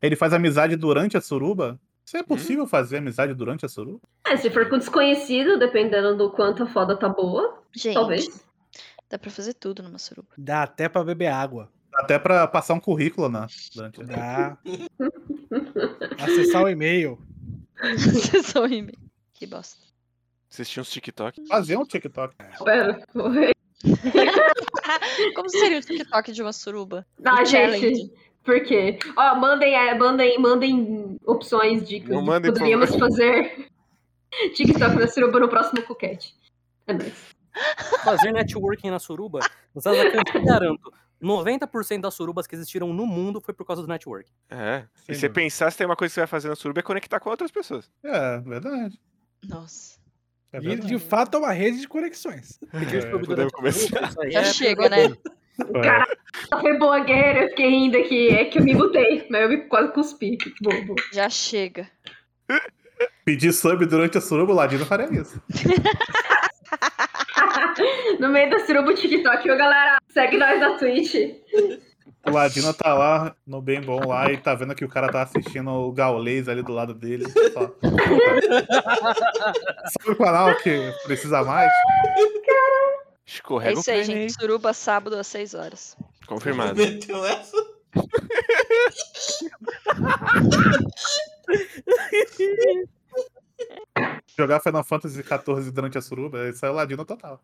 Ele faz amizade durante a suruba? Isso é possível fazer amizade durante a suruba? É, se for com desconhecido, dependendo do quanto a foda tá boa, Gente, talvez. dá pra fazer tudo numa suruba. Dá até pra beber água. Até pra passar um currículo, né? Durante a... Dá. Acessar o e-mail. Vocês são em mim. Que bosta. Vocês tinham os TikTok? Fazer um TikTok. É, É. Pera. oi. Como seria o TikTok de uma suruba? Ah, Um challenge. gente. Por quê? Ó, mandem, é, mandem, mandem opções, dicas. Não do que mandem, por Poderíamos fazer TikTok da suruba no próximo coquete. É nóis. Fazer networking na suruba, Zaza, eu te garanto, 90% das surubas que existiram no mundo foi por causa do networking. É. Sem e você dúvida. pensar se tem uma coisa que você vai fazer na suruba é conectar com outras pessoas. É, verdade. Nossa. É E verdade. de fato é uma rede de conexões. Aqueles É, podemos provedores de começar. suruba, isso aí Já é chega, né? É. Ela Foi boa, guerreira. Eu fiquei rindo aqui. É que eu me mutei, mas eu me quase cuspi. Que bobo. Já chega. Pedir sub durante a suruba, o Ladino faria isso. no meio da suruba o TikTok. Ô, galera, segue nós na Twitch. O Ladino tá lá no bem bom lá e tá vendo que o cara tá assistindo o Gaulês ali do lado dele. Só. Sabe o canal que precisa mais? É Escorrega isso aí, o pene gente. Suruba sábado às 6 horas. aí. Confirmado. Meteu essa? Jogar Final Fantasy XIV durante a suruba, isso é o Ladino total.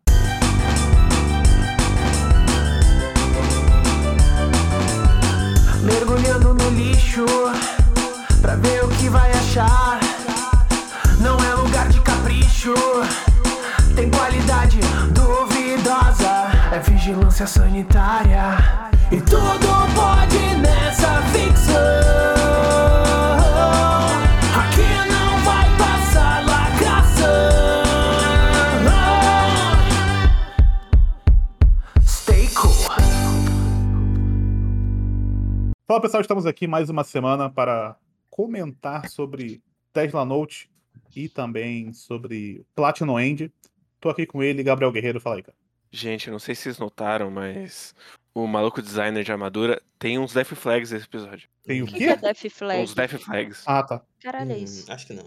Mergulhando no lixo pra ver o que vai achar. Não é lugar de capricho, tem qualidade duvidosa. É vigilância sanitária e tudo pode nessa ficção. Aqui não vai passar lacração. Stay cool. Fala pessoal, estamos aqui mais uma semana para comentar sobre Tesla Note e também sobre Platinum End. Tô aqui com ele, Gabriel Guerreiro, fala aí, cara. Gente, eu não sei se vocês notaram, mas o maluco designer de armadura tem uns death flags nesse episódio. Tem o O que que é quê? Death Flag? Uns death flags. Ah, tá. Caralho, é Hum, isso. Acho que não.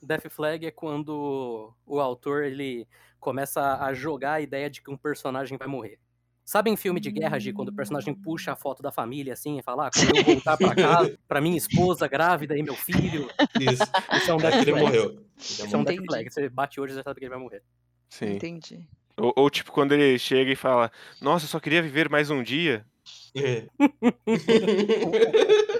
Death Flag é quando o autor ele começa a jogar a ideia de que um personagem vai morrer. Sabe em filme de guerra, Gi, quando o personagem puxa a foto da família assim e fala: ah, quando eu voltar pra casa, pra minha esposa grávida e meu filho. Isso. Isso é um Death Ele Flag. morreu. Isso é Já um morreu. Death Entendi. Flag. Você bate hoje e já sabe que ele vai morrer. Sim. Entendi. Ou, ou tipo quando ele chega e fala: Nossa, eu só queria viver mais um dia. É.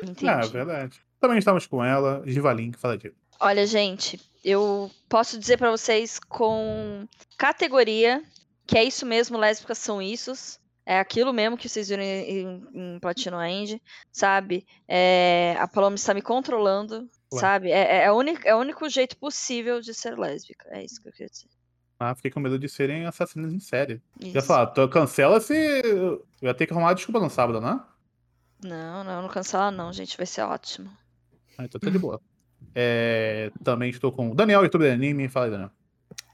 Entendi. Ah, é verdade. Também estamos com ela, Givalin, que fala de. Olha, gente, eu posso dizer pra vocês com categoria que é isso mesmo, lésbicas são issos. É aquilo mesmo que vocês viram em, em- em Platino End, sabe? É, a Paloma está me controlando, Ué. sabe? É, é, a única- é o único jeito possível de ser lésbica. É isso que eu queria dizer. Ah, fiquei com medo de serem assassinos em série. Eu ia Isso. falar, tu cancela se. Eu ia ter que arrumar uma desculpa no sábado, né? Não, não, não cancela não, gente. Vai ser ótimo. Ah, então tá de boa. É, também estou com o Daniel, YouTube Anime, fala aí, Daniel.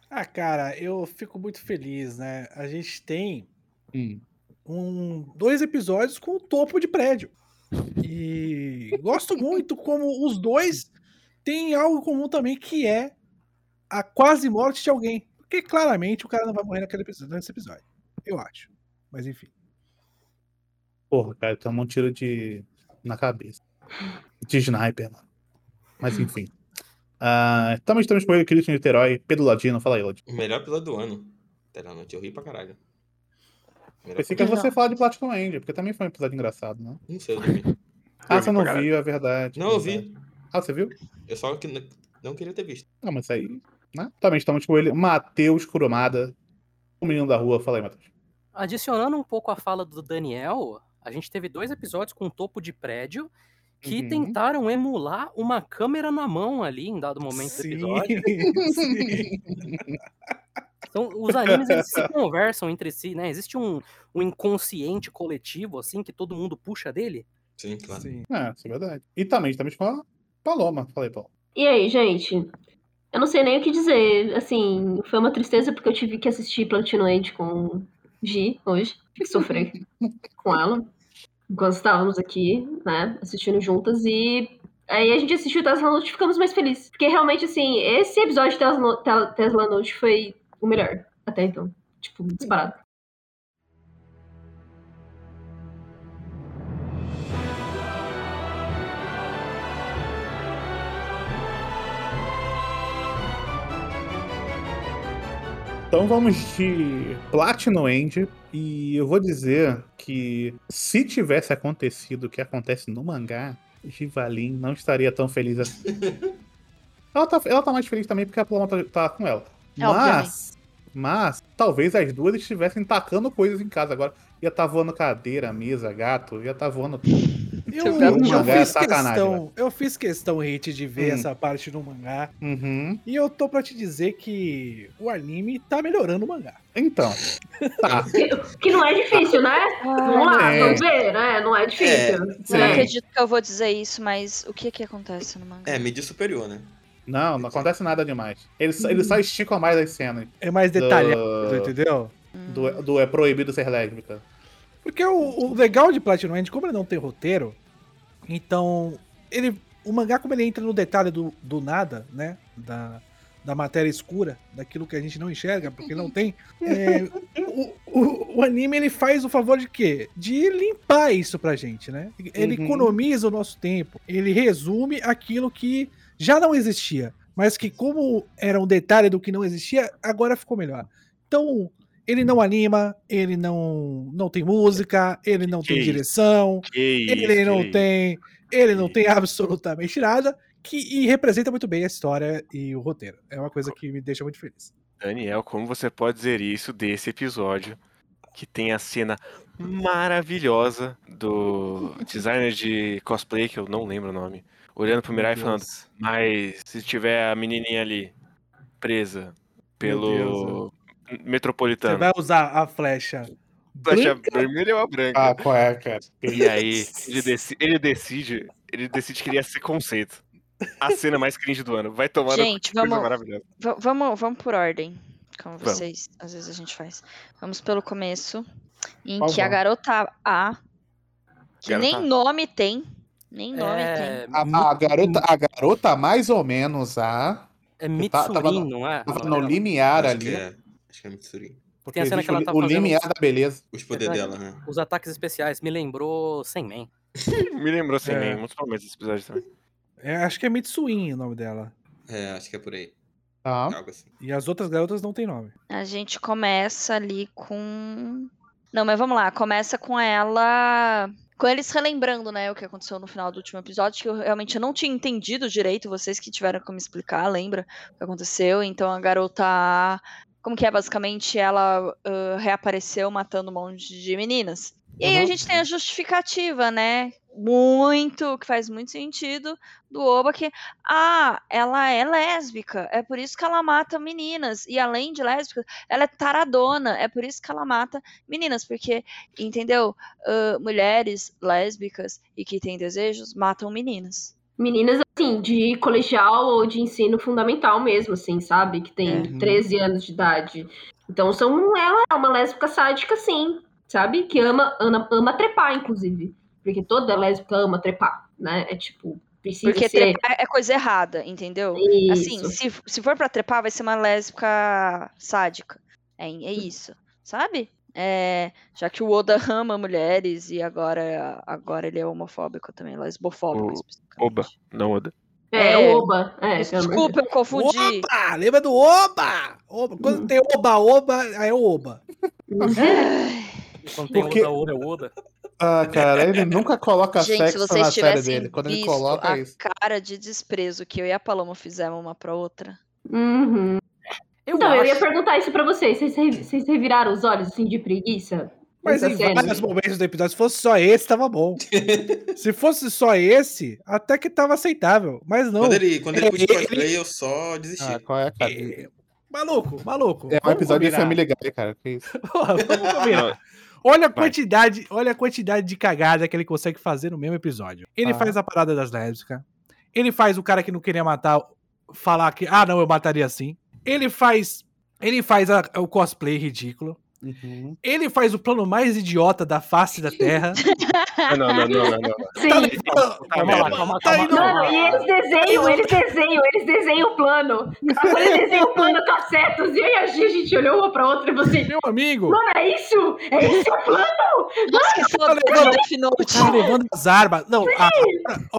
Ah, cara, eu fico muito feliz, né? A gente tem um, dois episódios com o topo de prédio. E gosto muito como os dois têm algo em comum também, que é a quase morte de alguém. Porque claramente o cara não vai morrer naquele episódio, nesse episódio. Eu acho. Mas enfim. Porra, cara, toma um tiro de. na cabeça. De sniper, mano. Mas Hum. enfim. Ah, também estamos com ele, Cristo Niterói, Pedro Ladino, fala aí, Ladino. O melhor episódio do ano. Terá noite, eu ri pra caralho. Melhor Pensei que Não. você falar de Platinum End, porque também foi um episódio engraçado, né? Não sei, eu dormi. Ah, Eu você vi não pra viu, é verdade. Não, eu é vi. verdade. Ah, você viu? Eu só que n- não queria ter visto. Ah, mas isso aí. Né? Também estamos com ele, Matheus Curumada, o menino da rua. Fala aí, Matheus. Adicionando um pouco a fala do Daniel, a gente teve dois episódios com topo de prédio que Uhum. tentaram emular uma câmera na mão ali em dado momento do episódio. sim. Então, os animes eles se conversam entre si, né? Existe um, um inconsciente coletivo, assim, que todo mundo puxa dele. Sim, claro. sim. É, isso é verdade. E também estamos com a Paloma. Fala aí, Paloma. E aí, gente? Eu não sei nem o que dizer. Assim, foi uma tristeza porque eu tive que assistir Plantino End com Gi hoje. Tive que sofrer com ela. Enquanto estávamos aqui, né? Assistindo juntas. E Aí a gente assistiu Tesla Note e ficamos mais felizes. Porque realmente, assim, esse episódio de Tesla, Te- Tesla Note foi o melhor até então. Tipo, disparado. Então vamos de Platinum End. E eu vou dizer que se tivesse acontecido o que acontece no mangá, Givalin não estaria tão feliz assim. ela, tá, ela tá mais feliz também porque a Pluma tá, tá com ela. É, mas, mas talvez as duas estivessem tacando coisas em casa agora. Ia estar voando cadeira, mesa, gato, ia estar voando tudo. Eu, Seu gato eu mangá é fiz sacanagem, questão, eu fiz questão, Hit, de ver Hum. essa parte no mangá. Uhum. E eu tô pra te dizer que o anime tá melhorando o mangá. Então, tá. Que, que não é difícil, né? Vamos lá, é. vamos ver, né? Não é difícil. Eu não Sim. né? acredito que eu vou dizer isso, mas o que que acontece no mangá? É, mídia superior, né? Não, não acontece nada demais. Eles, só- eles só esticam mais as cenas É mais detalhado, Ah. entendeu? do, do é proibido ser lésbica. Porque o, o legal de Platinum End, como ele não tem roteiro, então ele, o mangá, como ele entra no detalhe do, do nada, né? Da, da matéria escura, daquilo que a gente não enxerga, porque não tem. é, o, o- o anime ele faz o favor de quê? De limpar isso pra gente, né? Ele Uhum. economiza o nosso tempo. Ele resume aquilo que já não existia, mas que, como era um detalhe do que não existia, agora ficou melhor. Então, ele não anima, ele não, não tem música, ele não tem Que direção, Que ele isso, não que tem. Ele não Que tem absolutamente nada. Que, e representa muito bem a história e o roteiro. É uma coisa que me deixa muito feliz. Daniel, como você pode dizer isso desse episódio que tem a cena maravilhosa do designer de cosplay, que eu não lembro o nome, olhando pro Mirai e falando: Mas se tiver a menininha ali presa pelo Você metropolitano, vai usar a flecha. flecha vermelha ou a branca? Ah, qual é, cara? E aí, ele, deci- ele decide, ele decide criar esse conceito. A cena mais cringe do ano. Vai tomar no cu, Gente, que coisa vamos- maravilhosa. Va- vamos, vamos por ordem, como Vamos. vocês, às vezes a gente faz. Vamos pelo começo, em Por que a favor. garota A, que Garota nem A. nome tem, Um nem nome tem. É, A, a garota, a garota mais ou menos, a. é tá- Mitsurin, tava no- não é? Tava O no nome dela? limiar acho, que ali. é, acho que é Mitsuri. Tem a cena Existe que ela o- tá o fazendo limiar os, da beleza. Os poderes dela, né? os ataques especiais. Me lembrou Sem Man. Me lembrou assim, É. é. muitos momentos desse episódio também. É, acho que é Mitsuin o nome dela. É, acho que é por aí. Tá. Algo assim. E as outras garotas não têm nome. A gente começa ali com. Não, mas vamos lá, começa com ela. Com eles relembrando, né, o que aconteceu no final do último episódio, que eu realmente não tinha entendido direito, vocês que tiveram que me explicar, lembra o que aconteceu? Então a garota. A, Como que é? Basicamente, ela ah, reapareceu matando um monte de meninas. E aí a Uhum. gente tem a justificativa, né? Muito, que faz muito sentido, do Oba, que ah, ela é lésbica, é por isso que ela mata meninas. E além de lésbica, ela é taradona, é por isso que ela mata meninas, porque, entendeu? Ah, mulheres lésbicas e que têm desejos matam meninas. Meninas, assim, de colegial ou de ensino fundamental mesmo, assim, sabe? Que É, tem Uhum. 13 anos de idade. Então, são, ela é uma lésbica sádica, sim, sabe? Que ama, ama, ama trepar, inclusive. Porque toda lésbica ama trepar, né? É tipo, precisa porque ser... trepar é coisa errada, entendeu? Assim, Isso. se, se for pra trepar, vai ser uma lésbica sádica. É, é isso, sabe? É, já que o Oda ama mulheres e agora, agora ele é homofóbico também, lesbofóbico. O- especificamente. Oba, não Oda. É, é. o Oba. É, Desculpa, eu confundi. Oba! Lembra do Oba? Oba. Hum. Quando tem Oba-Oba, aí é o Oba. Uhum. Quando tem Porque- Oda, Oda, Oda. Ah, cara, ele nunca coloca Gente, se sexo na vocês série tivessem dele. Quando ele visto coloca a é isso. cara de desprezo que eu e a Paloma fizemos uma pra outra. Uhum. Eu Então, eu acho ia perguntar isso pra vocês. Vocês, revi- vocês reviraram os olhos, assim, de preguiça? Mas em Nessa cena? vários momentos do episódio, se fosse só esse, tava bom. se fosse só esse, até que tava aceitável. Mas não. Quando ele, quando ele É, pôs cosplay, ele- eu só desisti. Ah, qual é, cara? É, Maluco, maluco. É um vamos episódio de combinar. Family Guy, cara. Que é isso? Porra, vamos combinar. Olha a Vai. quantidade, olha a quantidade de cagada que ele consegue fazer no mesmo episódio. Ele Ah. faz a parada das lésbicas. Ele faz o cara que não queria matar falar que, ah, não, eu mataria assim. Ele faz, ele faz a- o cosplay ridículo. Uhum. Ele faz o plano mais idiota da face da Terra. Ah, Não, não, não, não, não. Sim. Tá nesse plano. Calma lá, calma Tá indo- Mano, e eles desenham, eles desenham, eles desenham o plano. Agora eles desenham o plano com as setas. E aí a Gi, a gente olhou uma pra outra e você, Meu amigo, mano, é isso? É esse o plano? Nossa, que saudade Não, não. do Death o Note. cara levando as armas. Não, a-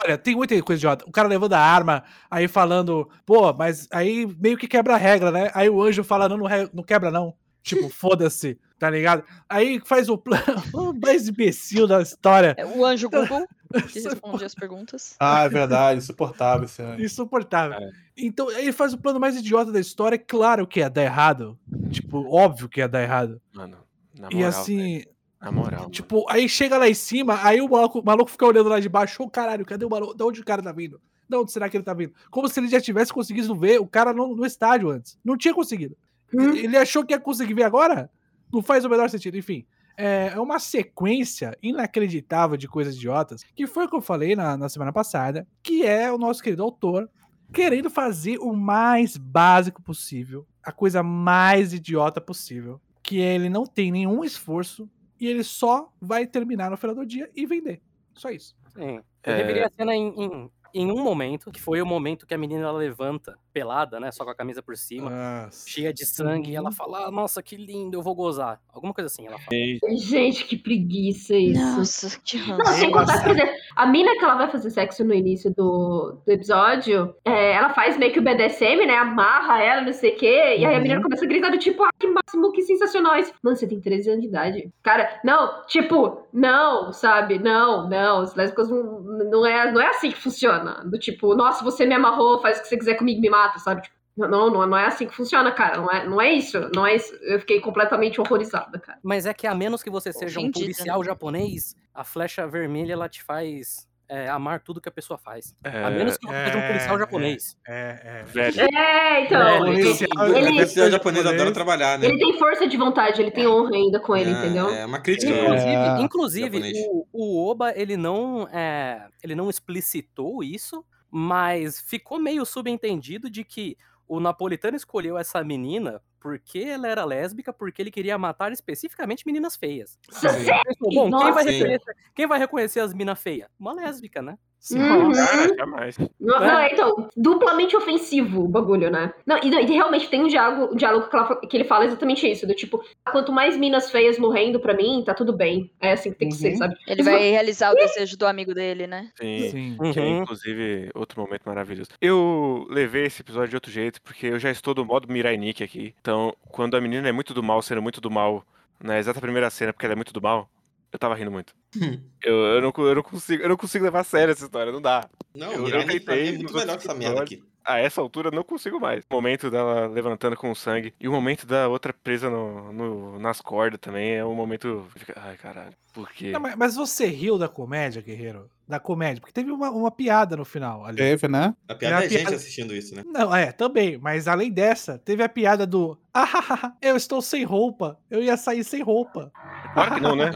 olha, tem muita coisa idiota. O cara levando a arma, aí falando, pô, mas aí meio que quebra a regra, né? Aí o anjo fala, não, não, re- não quebra não. Tipo, foda-se, tá ligado? Aí faz o plano o mais imbecil da história. É O anjo Google, que responde as perguntas. Ah, é verdade, insuportável esse anjo. Insuportável. É. Então, aí ele faz o plano mais idiota da história, é claro que ia dar errado. Tipo, óbvio que ia dar errado. Mano, na moral. é. e assim, Na moral. mano. tipo, aí chega lá em cima, aí o maluco, o maluco fica olhando lá de baixo, ô caralho, cadê o maluco? De onde o cara tá vindo? De onde será que ele tá vindo? Como se ele já tivesse conseguido ver o cara no, no estádio antes. Não tinha conseguido. Hum. Ele achou que ia conseguir ver agora? Não faz o menor sentido. Enfim, é é uma sequência inacreditável de coisas idiotas, que foi o que eu falei na, na semana passada, que é o nosso querido autor querendo fazer o mais básico possível, a coisa mais idiota possível, que é ele não tem nenhum esforso e ele só vai terminar no final do dia e vender. Só isso. Sim. Eu É. reviria a cena né, em, em, em um momento, que foi o momento que a menina ela levanta, pelada, né? Só com a camisa por Ah, cima, cheia de sangue, e ela fala, "Ah, nossa, que lindo, eu vou gozar. Alguma coisa assim, ela fala. Gente, que preguiça isso. Nossa, que Não, ranço. sem contar que, por exemplo, a mina que ela vai fazer sexo no início do, do episódio, é, ela faz meio que o BDSM, né? Amarra ela, não sei o quê. E aí a Uhum. menina começa a gritar do tipo, ah, que máximo, que sensacional isso. Mano, você tem 13 anos de idade. Cara, não, tipo, não, sabe? Não, não. As lésbicas não, não, é, não é assim que funciona. Do tipo, nossa, você me amarrou, faz o que você quiser comigo, me mata, sabe? Tipo, não, não, não é assim que funciona, cara. Não é, não é isso. Não é isso. Eu fiquei completamente horrorizada, cara. Mas é que a menos que você seja um Ofendida, né? policial japonês, a flecha vermelha ela te faz é, amar tudo que a pessoa faz. É, A menos que você seja um policial é, japonês. É, velho, É, então. É, porque- policial- ele- O oficial japonês adora trabalhar, né? Ele tem força de vontade, ele tem honra ainda com ele, É, entendeu? É uma crítica. É. Inclusive, inclusive japonês. o, o Oba, ele não, é, ele não explicitou isso, mas ficou meio subentendido de que o napolitano escolheu essa menina porque ela era lésbica, porque ele queria matar especificamente meninas feias. Você- Ele falou, Bom, quem vai, Nossa. reconhecer, quem vai reconhecer as minas feias? Uma lésbica, né? Uhum. cara, jamais. Não, não, então, duplamente ofensivo o bagulho, né? Não, e, não, e realmente tem um diálogo, um diálogo que, ela fa- que ele fala exatamente isso, do tipo, "Ah, quanto mais minas feias morrendo pra mim, tá tudo bem. É assim que tem que ser, Uhum. sabe? Ele vai realizar o desejo do amigo dele, né? Sim. Sim. Que é, inclusive, outro momento maravilhoso. Eu levei esse episódio de outro jeito, porque eu já estou do modo Mirai Nikki aqui. Então, quando a menina é muito do mal, sendo muito do mal, na exata primeira cena, porque ela é muito do mal, eu tava rindo muito. Hum. eu, eu não, co- eu, não consigo, eu não consigo levar a sério essa história, não dá. Não, Eu o Mirai pra mim tentei é muito nos melhor que outros essa merda aqui. episódios. A essa altura, eu não consigo mais. O momento dela levantando com o sangue e o momento da outra presa no, no- nas cordas também é um momento. que fica, Ai, caralho. Por quê? Não, mas, mas você riu da comédia, guerreiro? Da comédia? Porque teve uma, uma piada no final ali. Teve, né? A piada É é a a gente piada- assistindo isso, né? Não, é, também. Mas além dessa, teve a piada do ah, eu estou sem roupa. Eu ia sair sem roupa. Claro que não, né?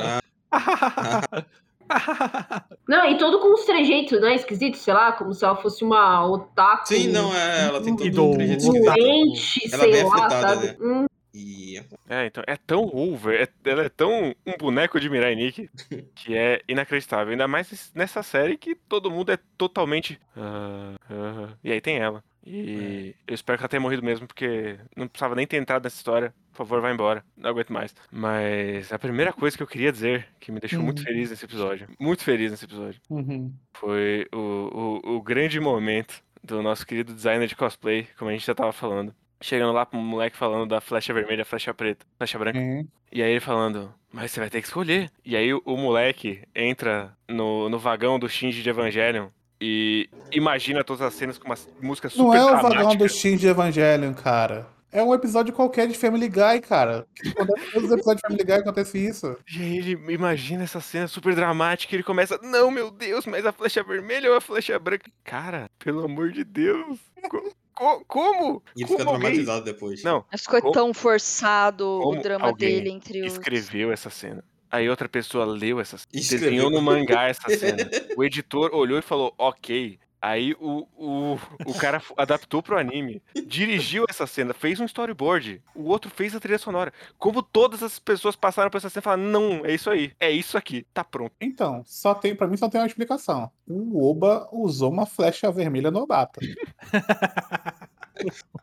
Não, e todo com uns trejeitos, né? Esquisito, sei lá, como se ela fosse uma otaku. Sim, não, é, ela tem E todo do- um trejeito do- esquisito. Doente, Ela é sei bem lá, afetada, sabe? né? Hum, E É, então, é tão over, é- ela é tão um boneco de Mirai Nikki que é inacreditável. Ainda mais nesse- nessa série que todo mundo é totalmente. ah, ah, e aí tem ela. E eu espero que ela tenha morrido mesmo, porque não precisava nem ter entrado nessa história. Por favor, vá embora. Não aguento mais. Mas a primeira coisa que eu queria dizer, que me deixou muito Uhum. feliz nesse episódio, muito feliz nesse episódio, Uhum. foi o, o, o grande momento do nosso querido designer de cosplay, como a gente já tava falando. Chegando lá pro moleque falando da flecha vermelha, flecha preta, flecha branca. É. E aí ele falando, mas você vai ter que escolher. E aí o, o moleque entra no, no vagão do Shinji de Evangelion e imagina todas as cenas com uma s- música super Não é o dramática. vagão do Shin de Evangelion, cara. É um episódio qualquer de Family Guy, cara. Quando é todos os episódios de Family Guy acontece isso. E aí ele imagina essa cena super dramática e ele começa, não, meu Deus, mas a flecha vermelha ou a flecha branca? Cara, pelo amor de Deus, co- co- como? ele como fica alguém traumatizado depois. Não, Mas ficou Como- tão forçado como o drama alguém dele entre os. escreveu essa cena? Aí outra pessoa leu essa cena, Escreveu. desenhou no mangá essa cena. O editor olhou e falou, ok, Aí o, o, o cara f- adaptou pro anime, dirigiu essa cena, fez um storyboard, o outro fez a trilha sonora. Como todas as pessoas passaram por essa cena e falaram, não, é isso aí, é isso aqui, tá pronto. Então, só tem, pra mim só tem uma explicação. O Oba usou uma flecha vermelha no Obata.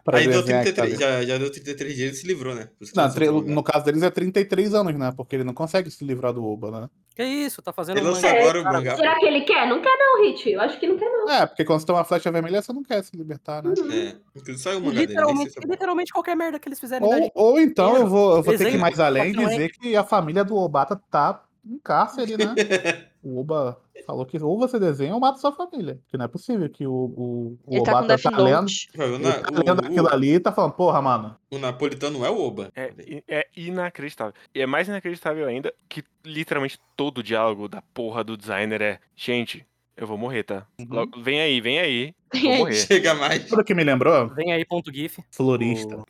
Pra Aí deu desenhar 33, aquilo. já, já deu 33 dias e se livrou, né? Por isso que Não, lançou tre- pro lugar. no caso deles é 33 anos, né? Porque ele não consegue se livrar do Oba, né? Que isso, tá fazendo Ele um lançou mangá, agora o cara. mangá. Hum, Será que ele quer? Não quer, não, Hit. Eu acho que não quer, não. É, porque quando você tem uma flecha vermelha, você não quer se libertar, né? É, inclusive saiu o mangá dele. nem sei Literalmente, se é bom. literalmente qualquer merda que eles fizerem. né? Ou, ou então eu vou, eu vou ter que ir Desenho, mais além e não é? dizer que a família do Obata tá em cárcere, né? O Oba falou que ou você desenha ou mata sua família. Porque não é possível que o, o, o Ele tá com Obata Death tá lendo. Note. Vai, o, Ele na- tá lendo aquilo o- ali e tá falando, porra, mano. o- o napolitano é o Oba. É, i- é inacreditável. E é mais inacreditável ainda que literalmente todo o diálogo da porra do designer é: gente, eu vou morrer, tá? Uhum. Logo- vem aí, vem aí, vou morrer. Chega mais. Sabe o que me lembrou? Vem aí, ponto GIF. Florista.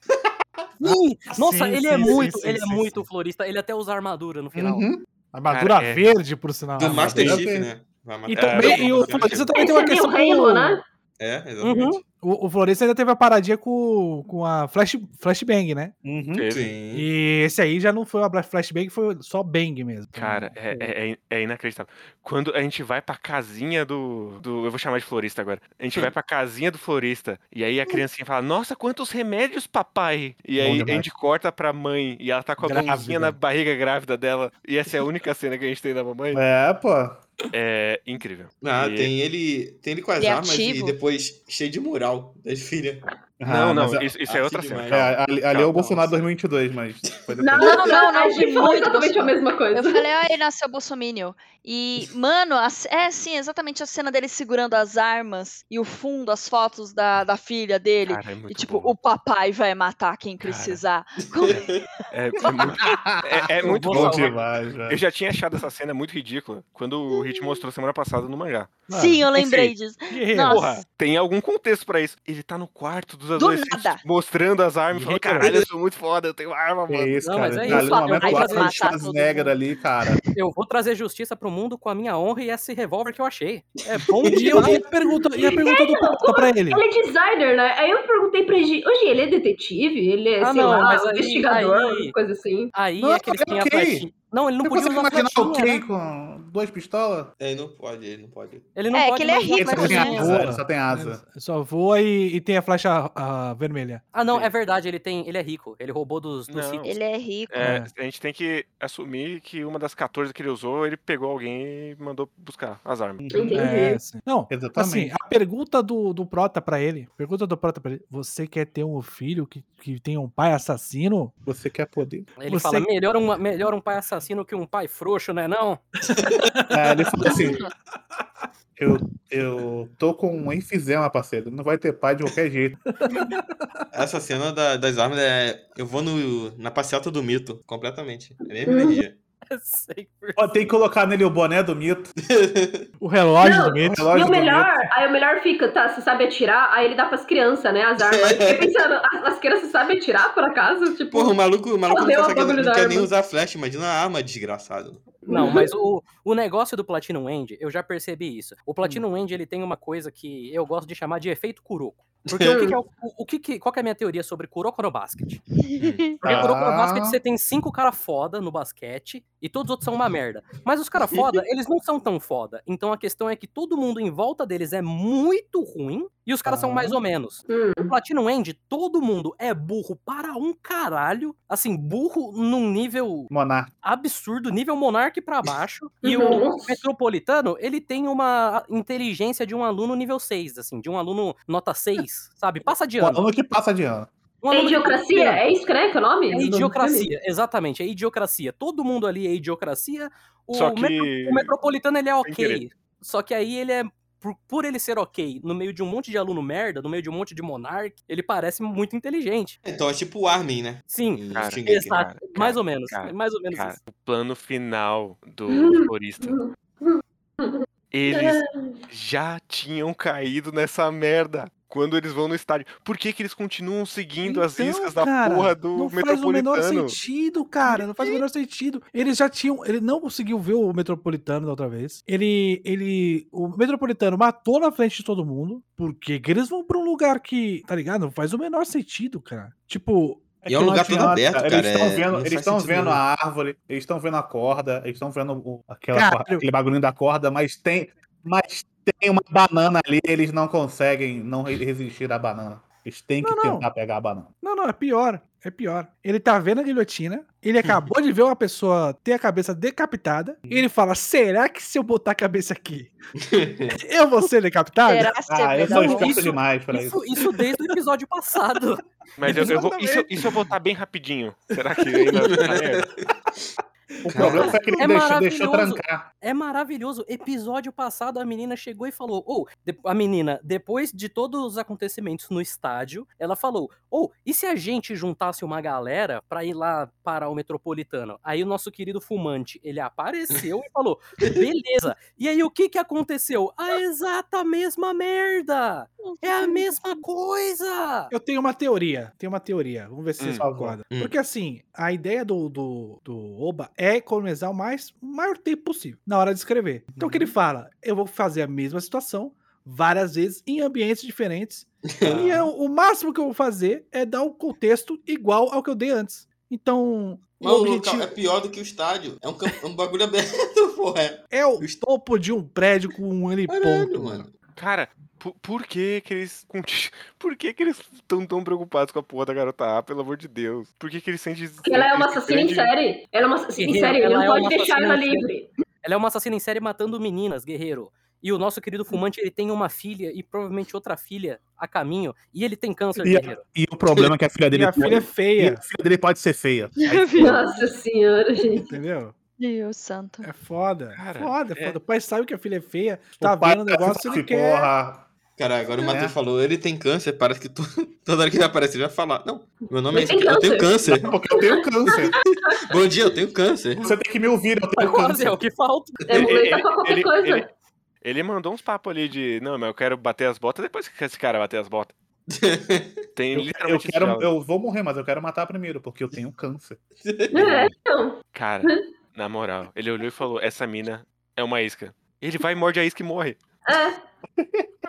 Sim, nossa, sim, ele é sim, muito, sim, ele sim, é sim, muito sim. florista, ele até usa armadura no final. Uhum. Armadura Cara, é. verde, por sinal. Do Ah, Master mas- Chief, né? Vai matar- E, É, também, não, e não, o não, Florista não. também tem Esse uma é questão. o Halo, né? É, exatamente. O, o Floresta ainda teve a paradinha com, com a flash, Flashbang, né? Uhum. Teve. Sim. E esse aí já não foi uma bla- Flashbang, foi um só Bang mesmo. Cara, é, é- é- é inacreditável. Quando a gente vai pra casinha do, do- Eu vou chamar de florista agora. A gente vai pra casinha do florista. E aí a criancinha fala: Nossa, quantos remédios, papai! E Bom aí a demais. gente corta pra mãe. E ela tá com a Grávida. mãozinha na barriga grávida dela. E essa é a única cena que a gente tem da mamãe. É, pô. É incrível. Ah, E- tem ele. Tem ele com as Ele é armas ativo. e depois cheio de mural das filhas. Não, Ah, não, mas é- isso, isso é Ah, outra sim, cena. demais. é, ali, ali é o Calma. Bolsonaro 2022, mas. foi depois. Não, não, não, não, a gente falou muito exatamente a Bolsonaro. mesma Eu coisa. falei, ah, ele nasceu Bolsominion. E, mano, a c- é sim, exatamente a cena dele segurando as armas e o fundo, as fotos da, da filha dele. Cara, é muito e tipo, bom. o papai vai matar quem Cara. precisar. Como- É, é muito, é- é Eu muito vou bom. Bom salvar. demais, Eu velho. já tinha achado essa cena muito ridícula quando o Hit mostrou semana passada no mangá. Sim, eu lembrei disso. Guerreiro. Nossa. É, Porra, tem algum contexto pra isso. Ele tá no quarto dos Do adolescentes nada. mostrando as armas e falando: Guerreiro. Caralho, eu sou muito foda, eu tenho arma, Que mano. isso, Não, cara. Tá mas é ali isso, no Adriano, momento aí do vai Arnold matar todo Schwarzenegger mundo. ali, cara. Eu vou trazer justiça pro mundo com a minha honra e esse revólver que eu achei. É bom E eu demais. ia perguntar, ia perguntar do Pacta pra ele. Ele é designer, né? Aí eu perguntei pra ele, hoje ele é detetive? Ele é, Ah, sei não, lá, mas aí- investigador, aí- coisa assim. Aí Não, é que eles é têm a ok. flechinha. Não, ele não Você podia consegue usar a imaginar o Ken flechinha, né? com duas pistolas? É, Ele não pode, ele não pode. Ele não É, pode que ele é mais usar Ele rico, a só mas tem flechinha. não é. asa, ele só tem asa. Só voa e, e tem a flecha ah, vermelha. Ah, não, é verdade, ele tem, ele é rico. Ele roubou dos, dos Não. ricos. Ele é rico. É, É. A gente tem que assumir que uma das 14 que ele usou, ele pegou alguém e mandou buscar as armas. Entendi. É, sim. Não, assim, Exatamente. a pergunta do, do Prota pra ele, pergunta do Prota pra ele, você quer ter um filho que, que tem um pai assassino? Você quer poder. Ele Você- fala, melhor, uma, melhor um pai assassino que um pai frouxo, né não? É, ele falou assim: eu, eu tô com um enfisema, parceiro. Não vai ter pai de qualquer jeito. Essa cena da- das armas é. Eu vou no, na passeata do mito, completamente. É a mesma energia. Sei Ó, tem que colocar nele o boné do mito. O relógio Não, do medo. relógio e o do melhor, aí o melhor fica, tá? Você sabe atirar, aí ele dá pras crianças, né? As armas. Eu fiquei pensando, as, as crianças sabem atirar por acaso? Tipo, Porra, o maluco, o maluco não, Fodeu a consegue, bagulho não da quer arma. nem usar flash, imagina a arma, desgraçado. Não, mas o, o negócio do Platinum End, eu já percebi isso. O Platinum End, ele tem uma coisa que eu gosto de chamar de efeito Kuroko. Porque o que, que é o, o que que- qual que é a minha teoria sobre Kuroko no basquete? Porque Kuroko no Ah. basquete você tem cinco caras foda no basquete e todos os outros são uma merda. Mas os caras foda, eles não são tão foda. Então a questão é que todo mundo em volta deles é muito ruim e os caras são mais ou menos. hum, No Platinum End, todo mundo é burro para um caralho. Assim, burro num nível Monarca. absurdo, nível Monark pra baixo. e o Nossa. Metropolitano, ele tem uma inteligência de um aluno nível 6, assim, de um aluno nota 6, sabe? Passa de O ano. aluno que passa de ano. Um é aluno que passa de idiocracia? ano. É isso, né? Que é o nome? É idiocracia, exatamente, é idiocracia. Todo mundo ali é idiocracia. O, Só que. metro- o Metropolitano, ele é ok. querer. Só que aí ele é... Por, por ele ser ok, no meio de um monte de aluno merda, no meio de um monte de Monark, ele parece muito inteligente. Então é tipo o Armin, né? Sim, Em Cara, Shingeki. exato. cara, mais cara, ou menos. cara, mais ou menos Hum, Cara, isso. o plano final do Hum. florista. Eles já tinham caído nessa merda. quando eles vão no estádio. Por que, que eles continuam seguindo as Então, iscas da cara, porra do não faz o metropolitano? menor sentido, cara. Não faz o menor sentido. Eles já tinham. Ele não conseguiu ver o Metropolitano da outra vez. Ele. ele o Metropolitano matou na frente de todo mundo. Por que que eles vão pra um lugar que. Tá ligado? Não faz o menor sentido, cara. Tipo. E é um lugar todo aberto, cara. Eles estão é- vendo, não eles faz estão sentido vendo nenhum. a árvore, eles estão vendo a corda, eles estão vendo o- aquela Caralho. corda- aquele bagulhinho da corda, mas tem, mas tem uma banana ali, eles não conseguem não re- resistir à banana. Eles têm que Não, não. tentar pegar a banana. Não, não, é pior. É pior. Ele tá vendo a guilhotina, ele acabou de ver uma pessoa ter a cabeça decapitada, e ele fala: será que se eu botar a cabeça aqui, eu vou ser decapitado? Será se Ah, eu é sou não, esperto verdade? isso- demais pra isso. Isso, isso desde o episódio passado. Mas eu, eu vou, e, se eu, e se eu botar bem rapidinho? Será que ainda né? tá merda? O problema foi que ele É deixou, deixou maravilhoso. trancar. É maravilhoso. Episódio passado, a menina chegou e falou: Ou, de- a menina, depois de todos os acontecimentos no estádio, ela falou: Ou, e se a gente juntasse uma galera pra ir lá parar o metropolitano? Aí o nosso querido fumante, ele apareceu e falou: Beleza. E aí o que que aconteceu? A exata mesma merda! É a mesma coisa! Eu tenho uma teoria. Tenho uma teoria. Vamos ver se vocês Hum. concordam. Hum. Porque assim, a ideia do, do, do Oba é economizar o mais o maior tempo possível na hora de escrever. Então o que ele Uhum. fala? Eu vou fazer a mesma situação várias vezes em ambientes diferentes. Ah. E eu- o máximo que eu vou fazer é dar um contexto igual ao que eu dei antes. Então, o Mas o local objetivo é pior do que o estádio. É um, campo- é um bagulho aberto, porra. é o topo de um prédio com um heliponto. Caralho, mano. Cara, por, por que que eles... conti- Por que que eles estão tão preocupados com a porra da garota A, pelo amor de Deus? Por que que eles sentem... Porque ela é uma eles se assassina em sentem- série. Ela é uma assassina em Guerreiro, série, ele ela não é pode uma deixar ela assassina em série. livre. Ela é uma assassina em série matando meninas, guerreiro. E o nosso querido fumante, ele tem uma filha e provavelmente outra filha a caminho. E ele tem câncer, E- guerreiro. E o problema é que a filha dele, E a filha é e feia, a filha dele pode ser feia. Nossa senhora, gente. entendeu? Deus santo. É foda. Cara, foda, é- foda. O pai sabe que a filha é feia, O tá pai vendo o negócio, tá ele assim, quer. Porra, Cara, agora o É. Matheus falou, ele tem câncer, parece que tu- toda hora que ele aparece, ele vai falar. Não, meu nome é Eu esse aqui. tenho Eu tenho câncer. porque eu tenho câncer. Bom dia, eu tenho câncer. Você tem que me ouvir, eu tenho Quase câncer. é o que falta. É muleta pra qualquer ele- coisa. ele- Ele mandou uns papos ali de, não, mas eu quero bater as botas depois que esse cara bater as botas. Tem Eu, eu literalmente esse quero, diálogo. eu vou morrer, mas eu quero matar primeiro, porque eu tenho câncer. É, então. Cara, na moral, ele olhou e falou, essa mina é uma isca. Ele vai, morde a isca e morre. É.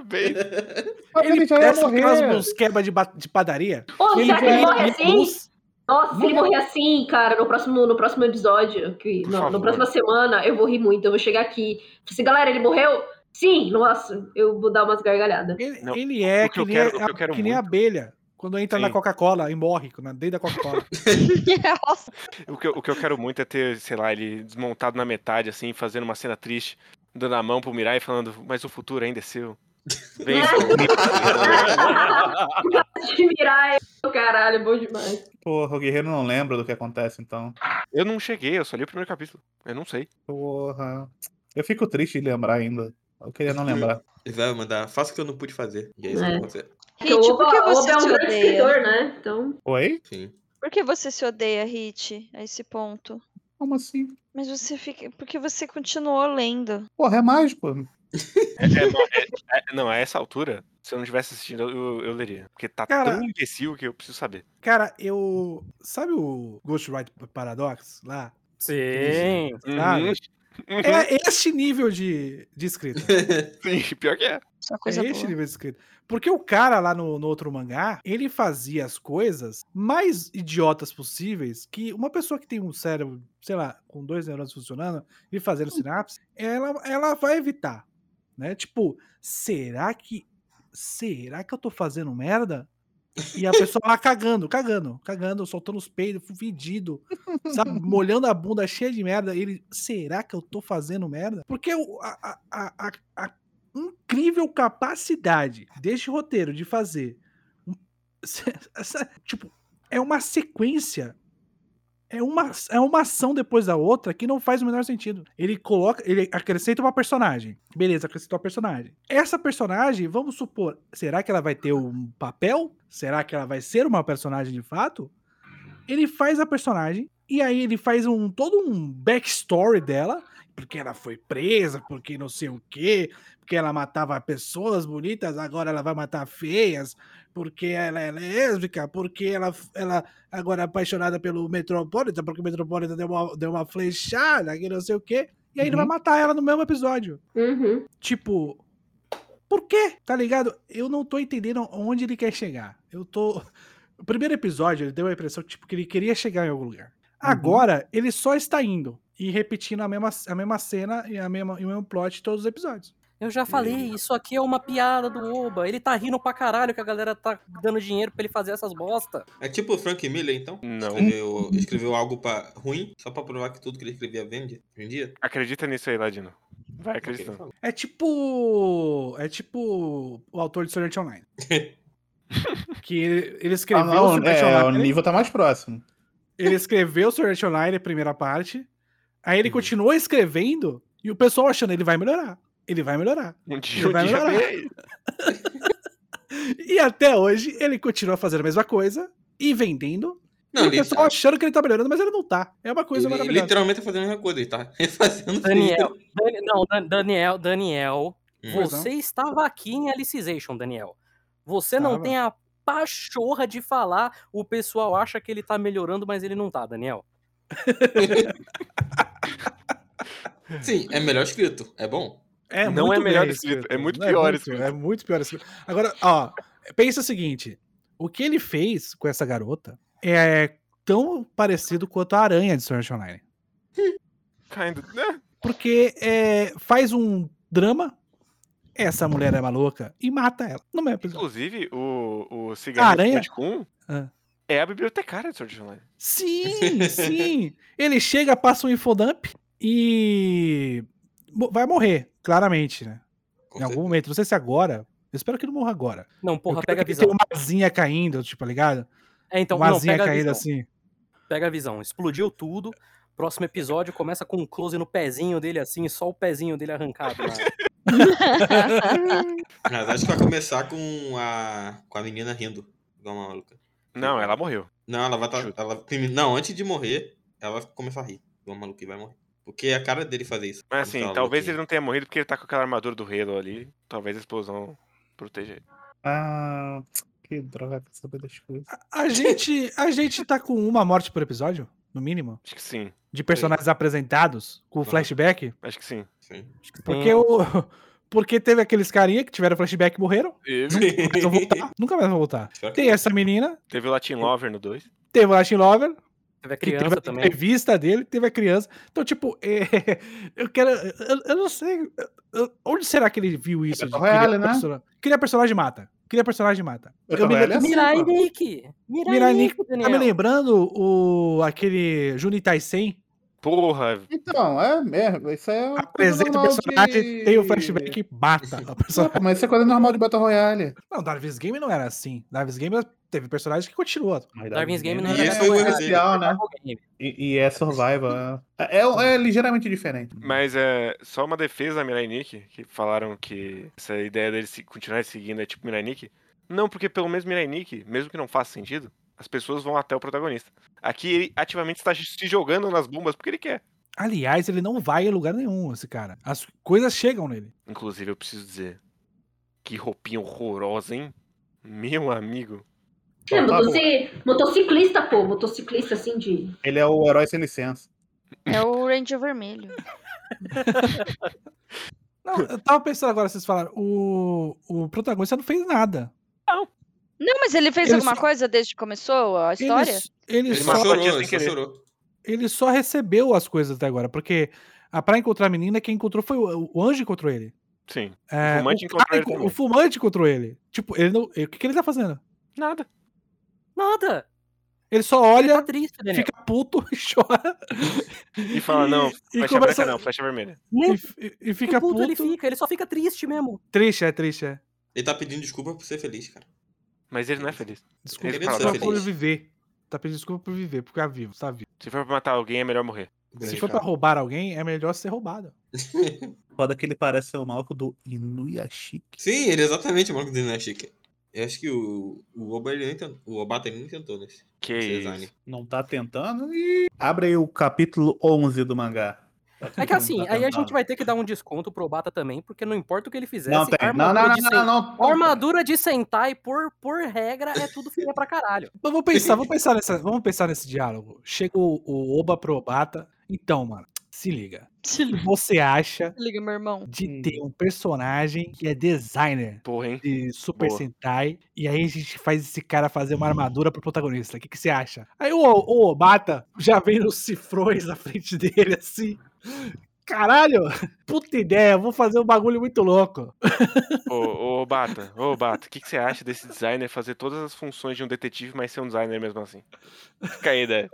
Bem, Ele já ia parece aquelas morrer. musquebas de, ba- de padaria. Ô, Ele será que ele vai- morre assim? Nossa, Nossa, se ele morrer assim, cara, no próximo, no próximo episódio, que, Por não, na favor. próxima semana, eu vou rir muito, eu vou chegar aqui. Se galera, ele morreu? Sim, nossa, eu vou dar umas gargalhadas. Ele, Não, ele é o que que, eu nem, a- quero- o que eu quero que nem a muito. abelha. Quando entra na Sim. Coca-Cola e morre, na- dentro da Coca-Cola. Nossa, o, que eu, o que eu quero muito é ter, sei lá, ele desmontado na metade, assim, fazendo uma cena triste, dando a mão pro Mirai e falando, mas o futuro ainda é seu. Vem, né? De mirar é caralho, bom demais. Porra, o guerreiro não lembra do que acontece, então. eu não cheguei, eu só li o primeiro capítulo. Eu não sei. Porra. Eu fico triste de lembrar ainda. Eu queria não lembrar. Ele vai mandar, faça o que eu não pude fazer. E é isso É. que vai acontecer. Porque o Hit, por Oba- que o você Oba é um se grande odeia? escritor, né? Então, Oi? Sim. Por que você se odeia, Hit, a esse ponto? Como assim? Mas você fica. Porque você continuou lendo. Porra, é mágico. É- é, não, é- é- não, a essa altura, se eu não tivesse assistindo, eu, eu leria. Porque tá Cara. tão imbecil que eu preciso saber. Cara, eu. Sabe o Ghostwriter Paradox lá? Sim. Ah, Uhum. É este nível de, de escrita. Sim, pior que é. Só coisa É este boa. nível de escrita. Porque o cara lá no, no outro mangá, ele fazia as coisas mais idiotas possíveis que uma pessoa que tem um cérebro, sei lá, com dois neurônios funcionando e fazendo Hum. sinapse, ela, ela vai evitar. Né? Tipo, será que. Será que eu tô fazendo merda? E a pessoa lá cagando, cagando, cagando, soltando os peidos, fedido, sabe? Molhando a bunda cheia de merda. Ele, será que eu tô fazendo merda? Porque o- a- a- a- a incrível capacidade deste roteiro de fazer. um- essa- tipo, é uma sequência. É uma, é uma ação depois da outra que não faz o menor sentido. Ele coloca, ele acrescenta uma personagem. Beleza, acrescentou a personagem. Essa personagem, vamos supor, será que ela vai ter um papel? Será que ela vai ser uma personagem de fato? Ele faz a personagem e aí ele faz um todo um backstory dela porque ela foi presa, porque não sei o quê, porque ela matava pessoas bonitas, agora ela vai matar feias, porque ela é lésbica, porque ela, ela agora é apaixonada pelo Metropolitan, porque o Metropolitan deu uma, deu uma flechada, que não sei o quê, e aí ele vai matar ela no mesmo episódio. Uhum. Tipo, por quê? Tá ligado? Eu não tô entendendo onde ele quer chegar. Eu tô. O primeiro episódio, ele deu a impressão que, tipo, que ele queria chegar em algum lugar. Agora, ele só está indo e repetindo a mesma, a mesma cena e, a mesma, e o mesmo plot em todos os episódios. Eu já falei, isso aqui é uma piada do Oba. Ele tá rindo pra caralho que a galera tá dando dinheiro pra ele fazer essas bosta. É tipo o Frank Miller, então? Não. Escreveu, escreveu algo pra ruim, só pra provar que tudo que ele escrevia é vende hoje em dia? Acredita nisso aí, Ladino. Vai Ok, acreditando. fala. É tipo. É tipo o autor de Sword Art Online. que ele, Ah, ele escreveu não, Sword Art é, o Online. nível tá mais próximo. Ele escreveu Sword Art Online, a primeira parte. Aí Uhum. ele continuou escrevendo e o pessoal achando ele vai melhorar. Ele vai melhorar. Um dia, Ele um vai dia. melhorar. e até hoje ele continua fazendo a mesma coisa e vendendo. Não, e o ele, pessoal achando que ele tá melhorando, mas ele não tá. É uma coisa ele- ele maravilhosa. literalmente tá fazendo a mesma coisa, ele tá refazendo Daniel, tudo. Dan- não, Dan- Daniel, Daniel, Hum. você estava aqui em Alicization, Daniel. Você não Tava. tem a pachorra de falar, o pessoal acha que ele tá melhorando, mas ele não tá, Daniel. Sim, é melhor escrito, é bom. É Não é melhor escrito, é muito Não pior muito, escrito. É muito pior escrito. Agora, ó, pensa o seguinte: o que ele fez com essa garota é tão parecido quanto a aranha de Sword Art Online. Kind of- né? Porque é, faz um drama, essa mulher é maluca e mata ela no mesmo episódio. Inclusive, o, o A Cigarro aranha? Kun Ah. é a bibliotecária de Sword Art Online. Sim, sim. Ele chega, passa um infodump e mo- vai morrer, claramente, né? Com Em algum certeza. momento. Não sei se agora. Eu espero que ele morra agora. Não, porra, Eu quero pega a que visão. Tem uma asinha caindo, tipo, ligado? É, então, uma não, asinha pega a caindo visão. assim. Pega a visão. Explodiu tudo. Próximo episódio começa com um close no pezinho dele assim, só o pezinho dele arrancado. lá. Mas acho que vai começar com a, com a menina rindo, igual uma maluca. Não, ela morreu. Não, ela vai tá, Chuta. ela prime- Não, antes de morrer, ela vai começar a rir. Igual uma maluca e vai morrer. Porque é a cara dele fazer isso. Mas assim, Então, talvez ok. ele não tenha morrido porque ele tá com aquela armadura do Halo ali. Talvez a explosão proteja ele. Ah, que droga que saber das coisas. A gente, a gente tá com uma morte por episódio, no mínimo, Acho que sim. de personagens apresentados com Aham. flashback. Acho que sim. Sim. Porque o. Porque teve aqueles carinha que tiveram flashback e morreram. Nunca mais vão voltar. Nunca mais vão voltar. Pior que- Tem essa menina, Teve o Latin Lover no 2. teve o Latin Lover, Teve a que criança teve a também. entrevista dele, teve a criança. Então, tipo, é, eu quero. Eu, eu não sei. eu- eu- onde será que ele É viu isso? Battle Royale, né? personagem, cria personagem mata. Cria personagem mata. Eu me, Battle Royale é lembro- Mirai mano. Nick! Mirai, assim, Mirai Nick, tá me Daniel. lembrando o, aquele Junitai Sen. Porra, Então, é mesmo. Isso é uma coisa Apresenta Tá o normal personagem, de- tem o flashback, mata a Não, pessoa. pô, mas isso é coisa normal de Battle Royale. Não, Darvis Game não era assim. Darvis Game teve personagem que continua. Darwin's Game não E é esse Battle foi o Royale, especial, é né? Survival Game. E, e é survival. É, é, é ligeiramente diferente. Mas é só uma defesa da Mirai Nikki, que falaram que essa ideia dele se- continuar seguindo é tipo Mirai Nikki. Não, porque pelo menos Mirai Nikki, mesmo que não faça sentido, as pessoas vão até o protagonista. Aqui ele ativamente está se jogando nas bombas porque ele quer. Aliás, ele não vai em lugar nenhum, esse cara. As coisas chegam nele. Inclusive, eu preciso dizer, que roupinha horrorosa, hein? Meu amigo. É, Tá bom. motoci- motociclista, pô, motociclista assim de. Ele é o herói sem licença. É o Ranger Vermelho. Não, eu tava pensando agora, vocês falaram, o, o protagonista não fez nada. Não, mas ele fez Ele alguma só- coisa desde que começou a Ele história? s- Ele, Ele só, só matou a tia chorou, sem ele só querer. chorou. ele só recebeu as coisas até agora, porque a pra encontrar a menina, quem encontrou foi o, o anjo encontrou ele. Sim. É, fumante o, encontrou cara ele enco- também. o fumante encontrou ele. Tipo, ele não, ele- o que, que ele tá fazendo? Nada. Nada. Ele só Ele tá olha, triste, Daniel. fica puto e chora. E fala, não, e flecha começa- branca não, flecha vermelha. Nem E, e- e fica puto puto. ele fica, ele só fica triste mesmo. Triste, é triste, é. Ele tá pedindo desculpa por ser feliz, cara. Mas ele não é feliz. Desculpa, Ele fala, desculpa tá por feliz. viver. Tá pedindo desculpa por viver, por ficar vivo, tá vivo. Se for pra matar alguém, é melhor morrer. Se Grande for pra cara. roubar alguém, é melhor ser roubado. Foda que ele parece ser o maluco do Inuyashiki. Sim, ele é exatamente o Marco do Inuyashiki. Eu acho que o, o Oba ele nem tentou. O Obata ele nem tentou nesse Que nesse isso. design. Não tá tentando? E... Abre aí o capítulo 11 do mangá. É Uhum. que assim, aí a gente vai assim, ter que dar um desconto pro Bata também, porque não importa o que ele fizesse. Não tem. Não, não, armadura não, de não, sen- não, não. Armadura de Sentai, por, por regra, é tudo feia pra caralho. Mas vamos pensar, vamos pensar, nessa, vamos pensar nesse diálogo. Chega o, o Oba pro Obata. Então, mano, se liga. Se O que você acha liga, meu irmão. de Hum. ter um personagem que é designer Porra, hein? de Super Boa. Sentai e aí a gente faz esse cara fazer Uhum. uma armadura pro protagonista? O que, que você acha? Aí o, o Obata já vem nos cifrões na frente dele assim. Caralho, puta ideia, vou fazer um bagulho muito louco. Ô, ô, Bata, ô, Bata, o que, que você acha desse designer fazer todas as funções de um detetive, mas ser um designer mesmo assim? Fica aí, né?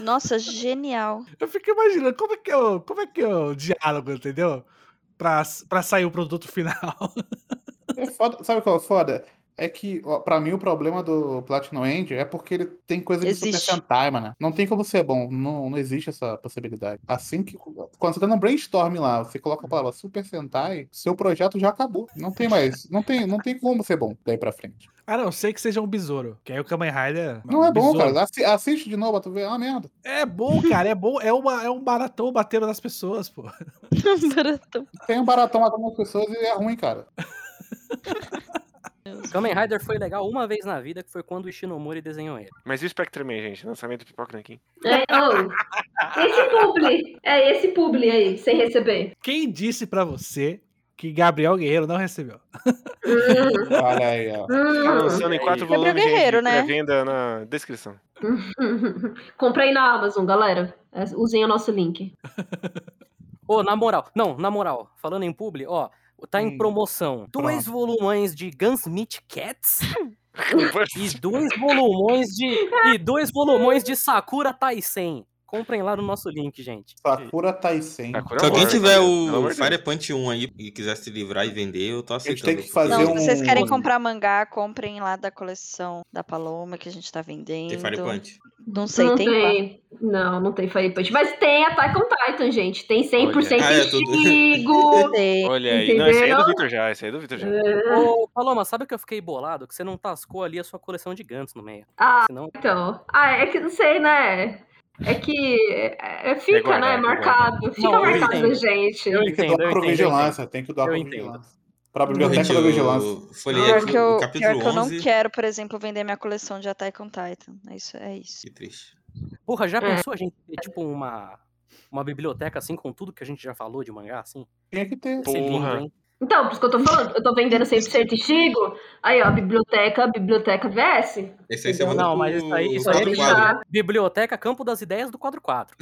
Nossa, genial. Eu fico imaginando como é que é o, como é que é o diálogo, entendeu? Pra, pra sair o produto final. É foda- sabe qual é o foda? É que, ó, pra mim, o problema do Platinum End é porque ele tem coisa de Super Existe. Sentai, mano. Não tem como ser bom. Não, não existe essa possibilidade. Assim que. Quando você tá num brainstorm lá, você coloca a palavra Super Sentai, seu projeto já acabou. Não tem mais. Não tem, não tem como ser bom daí pra frente. A não ser que seja um besouro. Que aí o Kamen Rider. um Não é bom, besouro. cara. Assi- assiste de novo, pra tu vê. É uma merda. É bom, cara. É bom. É, uma, é um baratão batendo nas pessoas, pô. Baratão. Tem um baratão matando as pessoas e é ruim, cara. Kamen Rider foi legal uma vez na vida, que foi quando o Ishinomori desenhou ele. Mas e o Spectreman, gente? Lançamento do Pipoca Nankin. É, ô, esse publi. É esse publi aí, sem receber. Quem disse pra você que Gabriel Guerreiro não recebeu? Uhum. Hum, Olha aí, ó. Tá hum. lançando em quatro Gabriel volumes, gente. Guerreiro, né? Pré-venda na descrição. Comprei na Amazon, galera. É, Usem o nosso link. Ô, na moral, não, na moral, falando em publi, ó, tá em Hum. promoção. Dois Pronto. volumões de Gunsmith Cats e dois volumões de e dois volumões de Sakura Taisen. Comprem lá no nosso link, gente. Sakura tá Taisen. Sakura Se alguém Wars, tiver né? Pelo o amor de Deus. Fire Punch 1 aí e quiser se livrar e vender, eu tô tem aceitando. que fazer Não, se um- vocês querem comprar mangá, comprem lá da coleção da Paloma que a gente tá vendendo. Tem Fire Punch. Não sei, não tem. lá. Não, não tem Fire Punch. Mas tem Attack on Titan, gente. Tem 100% Olha. Ah, é tudo. Ichigo. Tem. Olha aí. Não, esse aí é do Entenderam? Vitor já, esse aí é do Vitor já. Ô, Paloma, sabe que eu fiquei bolado? Que você não tascou ali a sua coleção de Guns no meio. Ah, Senão, Então, ah, é que não sei, né? É que é, é- fica, É guardado, né? é Marcado. Fica Não, eu marcado, entendo. gente. Eu Tem que entendo, doar eu pro entendo, eu entendo. vigilância. Tem que doar Eu pro entendo. vigilância. Pra Gente, biblioteca da vigilância. eu folhei Pior aqui que, o eu, pior capítulo que eu não 11. quero, por exemplo, vender minha coleção de Attack on Titan. É isso. É isso. Que triste. porra, já É. pensou a gente ter, tipo, uma, uma biblioteca, assim, com tudo que a gente já falou de mangá, assim? Tinha que ter. Ia ser lindo, Porra. hein? Então, por isso que eu tô falando, eu tô vendendo 100% Ichigo. Aí, ó, biblioteca, biblioteca VS. Esse aí você manda Não, pro- mas isso aí- pro isso aí é quadro de quadro. Biblioteca Campo das Ideias do quadro 4.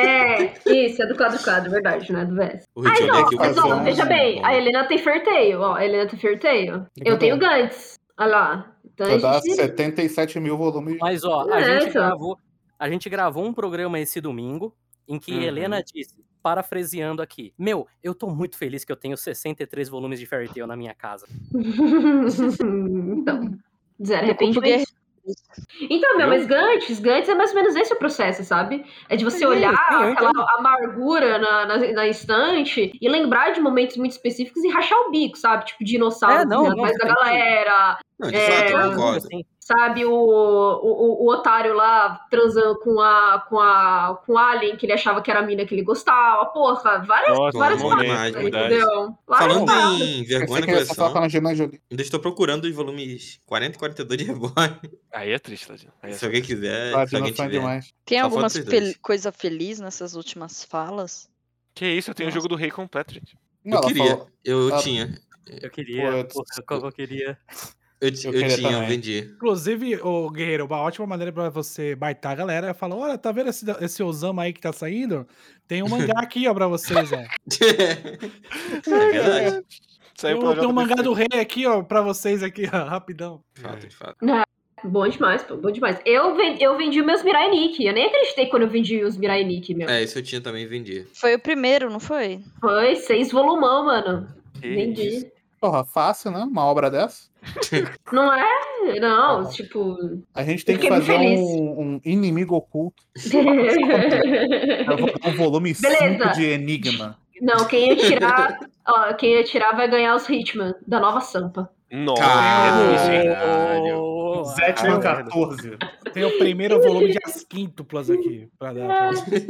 É, isso, é do quadro quadro, verdade, né? Do VS. O Ai, Richard não, aqui, o mas quadro ó, capítulo quadro. veja 11. bem, Bom, a Helena tem Ferteio, ó, a Helena tem Ferteio. Eu Legal. tenho Gantz, olha lá. Então, Vai dar a gente- 77 mil volumes. Mas, ó, a, É, gente então. gravou, a gente gravou um programa esse domingo em que Uhum. Helena disse, parafraseando aqui, meu, eu tô muito feliz que eu tenho 63 volumes de Fairy Tail na minha casa. então, zero Eu compro guerreiro. arrependimento. Então, meu, mas Gantz, Gantz é mais ou menos esse o processo, sabe? É de você Sim, olhar sim, eu aquela amargura na, na, na estante e lembrar de momentos muito específicos e rachar o bico, sabe? Tipo, dinossauro É, não, correndo não, atrás da sim. galera, Não, de É, fato, eu Todo mundo, concordo. assim. sabe? O, o, o- o otário lá transando com a, com a com o alien que ele achava que era a mina que ele gostava. Porra, várias Nossa, várias momento, paradas, É verdade. entendeu? Várias Falando paradas. em vergonha Pensei na É, que ia só falar coleção, com a Angelina Jolie. ainda estou procurando os volumes 40 e 42 de Reborn. Aí é triste, Tadinho. Aí é Se alguém quiser, se Platinum alguém fã tiver. demais. Tem Só algumas falta vocês dois. fel- coisa feliz nessas últimas falas? Que isso, eu tenho o jogo do rei completo, gente. Não, Eu ela queria, falou- eu ela- tinha. Eu queria, Putz, porra, eu- eu queria. Eu, ti- Eu eu queria tinha, eu também. vendi. Inclusive, ô Guerreiro, uma ótima maneira pra você baitar a galera é falar: olha, tá vendo esse, esse Osama aí que tá saindo? Tem um mangá aqui, ó, pra vocês, ó. é verdade. Tem Saiu um, pela tem um mangá JBC. do rei aqui, ó, pra vocês aqui, ó, rapidão. De fato, de fato. Bom demais, pô, bom demais. Eu, ven- eu vendi meus Mirai Nikki. Eu nem acreditei quando eu vendi os Mirai Nikki, meu. É, isso eu tinha também, vendi. Foi o primeiro, não foi? Foi seis volumão, mano. Que isso. Vendi. Porra, fácil, né? Uma obra dessa. Não é? Não, tipo. A gente tem que Fiquei muito fazer feliz. um, um inimigo oculto. Eu vou dar um volume 5 Beleza. de Enigma. Não, quem atirar, ó, quem atirar vai ganhar os Hitman da nova Sampa. Nossa, Caralho. é triste, hein? Caralho. Ô, Sétimo ah, 14. Ah. Tem o primeiro volume de as quíntuplas aqui pra dar pra vocês.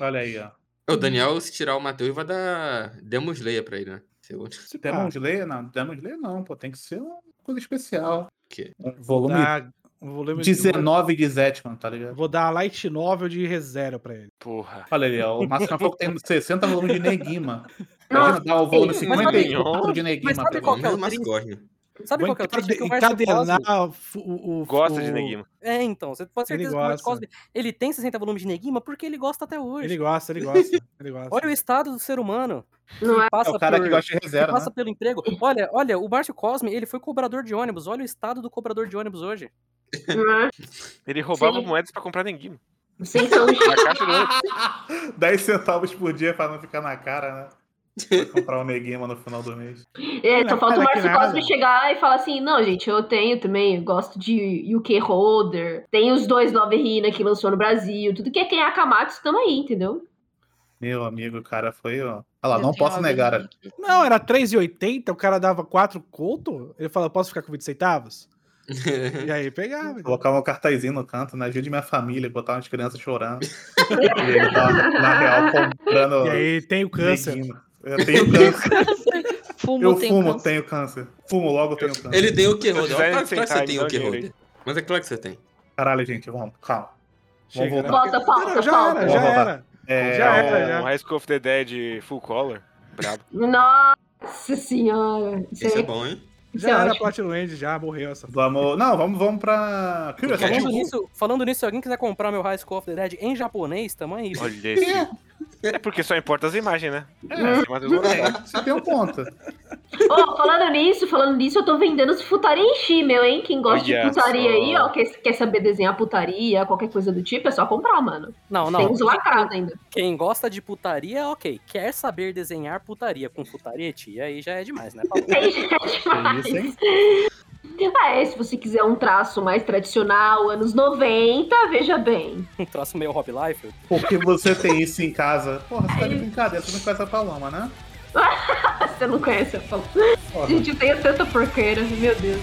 Olha aí, ó. O Daniel, se tirar o Matheus, vai dar Demon Slayer pra ele, né? Segundo. Se Demon pá, Slayer? Não, Demon Slayer não, pô. Tem que ser uma coisa especial. Que? Um volume dá um volume de- 19 de Zetman, tá ligado? Vou dar a light novel de reserva pra ele. Porra. Olha ali, ó. O Máximo Foco tem 60 volumes de Neguima. Nossa, Imagina dar o volume sim, 54 de tá mas Neguima. sabe pra qual mim. que é o Mas triste? Cosme. Sabe qual que é o triste? É que o Marcos encadenar Cosme- o, fu- o, o- Gosta de o- Neguima. É, então, você pode ter Ele certeza que o Marcos gosta. Cosme ele tem 60 volumes de Neguima porque ele gosta até hoje. Ele gosta, ele gosta. Ele gosta. Olha o estado do ser humano. Não é? É Passa o cara por... que gosta de que reserva, passa né? pelo emprego. Olha, olha, o Márcio Cosme, ele foi cobrador de ônibus. Olha o estado do cobrador de ônibus hoje. Não é? então, Ele roubava Sim. moedas pra comprar Neguima. Vocês são os Na caixa do ônibus. 10 centavos por dia pra não ficar na cara, né? Pra comprar um Neguima no final do mês. É, só Não, falta o cara, que Márcio Cosme nada. chegar e falar assim: não, gente, eu tenho também, eu gosto de UK Holder, tem os dois Love Hina que lançou no Brasil, tudo que é quem é Akamatsu tamo aí, entendeu? Meu amigo, cara, foi, ó. Olha lá, Eu não tenho posso uma negar. vez ali. aqui. Não, era 3,80, o cara dava 4 conto. Ele fala, posso ficar com 20 centavos? Uhum. E aí pegava. Colocar um cartazinho no canto, né? Ajude minha família, botar umas crianças chorando. e ele tá, na real, comprando. E aí tem o câncer. Neguima. Eu tenho câncer. Fumo, Eu tem fumo, câncer. tenho câncer. Fumo, logo tenho câncer. Ele tem o que, Meu Holder? design Claro que sem você time, tem dá o que, dinheiro aí. Holder. Mas é claro que você tem. Caralho, gente, vamos, calma. Chega, voltar. né? Volta, pauta, Não, já pauta. era, já Vamos era. É, Já o- era, um, já. High School of the Dead full color. Brabo. Nossa senhora. Isso Isso é, é bom, hein? isso é Já era ótimo. Platinum End, já morreu essa. Vamos. Não, vamos, vamos pra. Curious Pikachu. Falando Cat. nisso, falando nisso, se alguém quiser comprar meu High School of the Dead em japonês, tamo aí. Olha esse. É porque só importa as imagens, né? É. Esse Matheus não sabe. É, Você tem um ponto. Ó, falando nisso, falando nisso, eu tô vendendo os futaria enchi, meu, hein? Quem gosta Olha de putaria só. aí, ó, quer, quer saber desenhar putaria, qualquer coisa do tipo, é só comprar, mano. Não, Tem não. uns lacrados ainda. Quem gosta de putaria, ok. Quer saber desenhar putaria com futarete, aí já é demais, né? Paulo? Tem gente demais. isso, hein? Ah, é, se você quiser um traço mais tradicional, anos 90, veja bem. Um troço meio Hobby Life. Porque você tem isso em casa. Porra, você tá de brincadeira, você não conhece a Paloma, né? Você não conhece a Paulo. Porra. Gente, eu tenho tanta porqueira, meu Deus.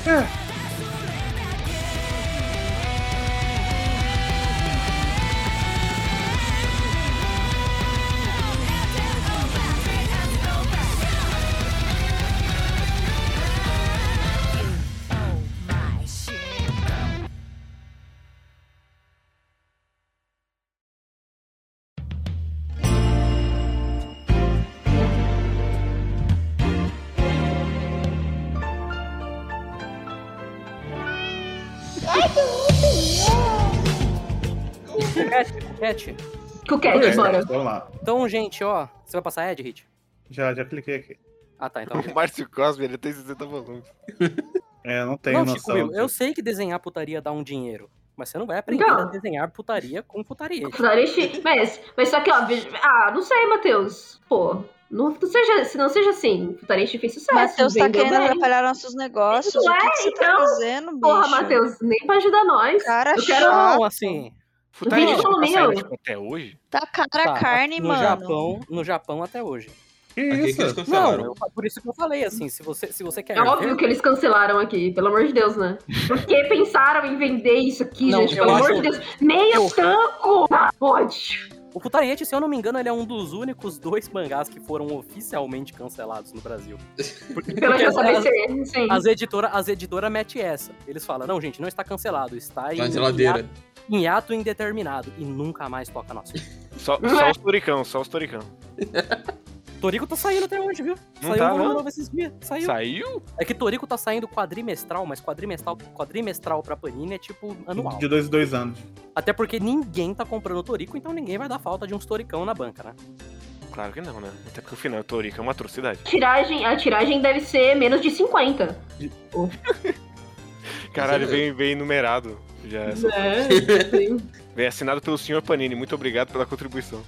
Cuquete, cuquete. Cuquete, bora. né? Vamos lá. Então, gente, ó. Você vai passar Ed, Hit? Já, já cliquei aqui. Ah, tá, então. O Márcio Cosme, ele tem 60 volumes. É, não tenho Não, Chico, noção. Will, eu sei que desenhar putaria dá um dinheiro. Mas você não vai aprender Não. a desenhar putaria com futarete. Futaria enchi. Mas, mas só que, ó, veja... ah, não sei, Matheus. Pô, não, não seja, se não seja assim, Futaria enchi fez sucesso. Matheus tá vendeu querendo bem. atrapalhar nossos negócios. Isso o que, é, que você tá então. fazendo, bicho? Porra, Matheus, nem pra ajudar nós. Cara eu quero- chato. Não, assim, Futarete vídeo tá meu. saindo tipo, até hoje? Tá cara tá, a carne, no mano. Japão, no Japão até hoje. Que Aqui é que isso? eles Não, cancelaram. eu- por isso que eu falei assim, se você, se você quer É óbvio ver- que eles cancelaram aqui, pelo amor de Deus, né? Porque pensaram em vender isso aqui, Não, gente, eu pelo amor acho- de Deus. Meio eu- tanco! Ah, Pode. o Futarete, se eu não me engano, ele é um dos únicos dois mangás que foram oficialmente cancelados no Brasil. Pelo que eu as- sabia as- ser, sim. As editoras as editora mete essa. Eles falam: "Não, gente, não está cancelado, está em, Tá na geladeira. em ato indeterminado e nunca mais toca no assunto." Só, só os Toricão, só os Toricão. Torico tá saindo até hoje, viu? Não saiu tá, um volume não? novo esses dias, saiu. Saiu? É que Torico tá saindo quadrimestral, mas quadrimestral, quadrimestral pra Panini é tipo anual. De dois em dois anos. Até porque ninguém tá comprando Torico, então ninguém vai dar falta de uns Toricão na banca, né? Claro que não, né? Até porque o final Torico é uma atrocidade. Tiragem, a tiragem deve ser menos de 50. Caralho, vem, vem numerado. Já é só- É, sim. Vem assinado pelo senhor Panini. Muito obrigado pela contribuição.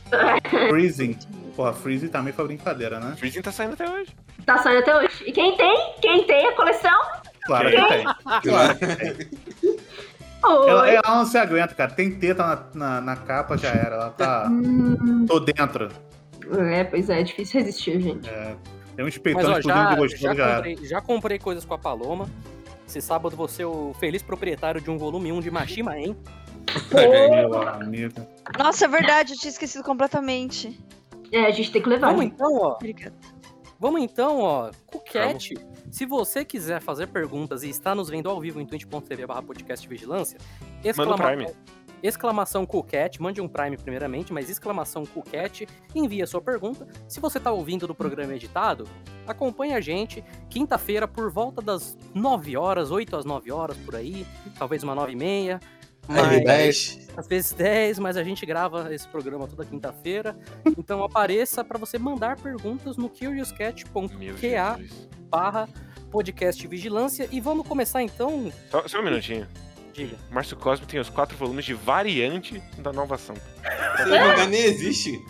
Freezing. Porra, Freezing também foi brincadeira, né? Freezing tá saindo até hoje. Tá saindo até hoje. E quem tem? Quem tem a coleção? Claro que tem. Claro. Ela, Oi. ela não se aguenta, cara. Tem teta na, na, na capa, já era. Ela tá. Hum, Tô dentro. é, pois é, é difícil resistir, gente. É, tem um Mas espeitão ó, explodindo já, de gostoso, já já, era. comprei, já comprei coisas com a Paloma. Esse sábado vou ser o feliz proprietário de um volume 1 de Mashima, hein? Olha aí. Meu amigo. é Nossa, é verdade, eu tinha esquecido completamente. É, a gente tem que levar. Vamos gente. então, ó. Obrigada. Vamos então, ó, Cuquete. Se você quiser fazer perguntas e está nos vendo ao vivo em twitch.tv barra podcast vigilância, Manda um exclama... Prime. exclamação Cuquete, mande um Prime primeiramente, mas exclamação Cuquete, envie a sua pergunta. Se você está ouvindo do programa editado, acompanhe a gente quinta-feira por volta das 9 horas, 8 às 9 horas por aí, talvez uma 9 e meia. Mas... mas- 10. às vezes 10, mas a gente grava esse programa toda quinta-feira. Então apareça para você mandar perguntas no Meu curiouscat.ca Jesus. barra podcast vigilância. E vamos começar então, Só, só um minutinho. diga. Márcio Cosme tem os quatro volumes de variante da nova ação. Esse lugar nem existe.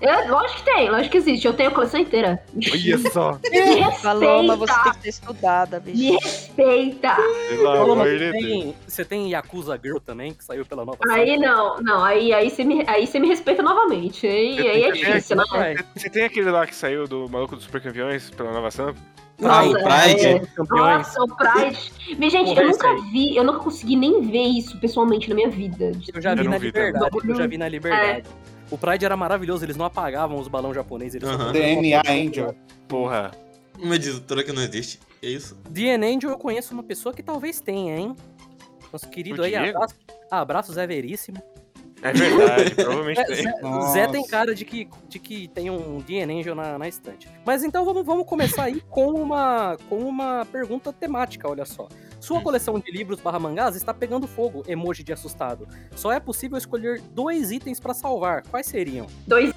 É, lógico que tem, lógico que existe. Eu tenho a coleção inteira. Olha só! Me respeita! Paloma, você tem que ser estudada, bicho. Me respeita! Pelo Paloma, amor você, de Deus. tem, você tem Yakuza Girl também, que saiu pela nova Aí não, não, aí, aí, você, me, aí você me respeita novamente. Aí, aí é difícil, né? série. Você tem aquele lá que saiu do Maluco dos Supercampeões pela nova ação? Nossa, Pride. é. Campeões. Nossa, o Pride. Mas, gente, eu Conversa nunca vi, eu nunca consegui nem ver isso pessoalmente na minha vida. Eu já Eu vi não na vi liberdade. também. Eu já vi na liberdade. O Pride era maravilhoso, eles não apagavam os balões japoneses. Eles só Aham. colocavam uma DNA coisa Angel. Porra. Uma editora que não existe. É isso. DN Angel eu conheço uma pessoa que talvez tenha, hein? Nosso querido O aí, Diego? abraço, abraço Zé Veríssimo. É verdade, provavelmente É, tem. Zé, Zé tem cara de que, de que tem um DN Angel na, na estante. Mas então vamos, vamos começar aí com uma, com uma pergunta temática, olha só. Sua coleção de livros barra mangás está pegando fogo, emoji de assustado. Só é possível escolher dois itens para salvar. Quais seriam? Dois,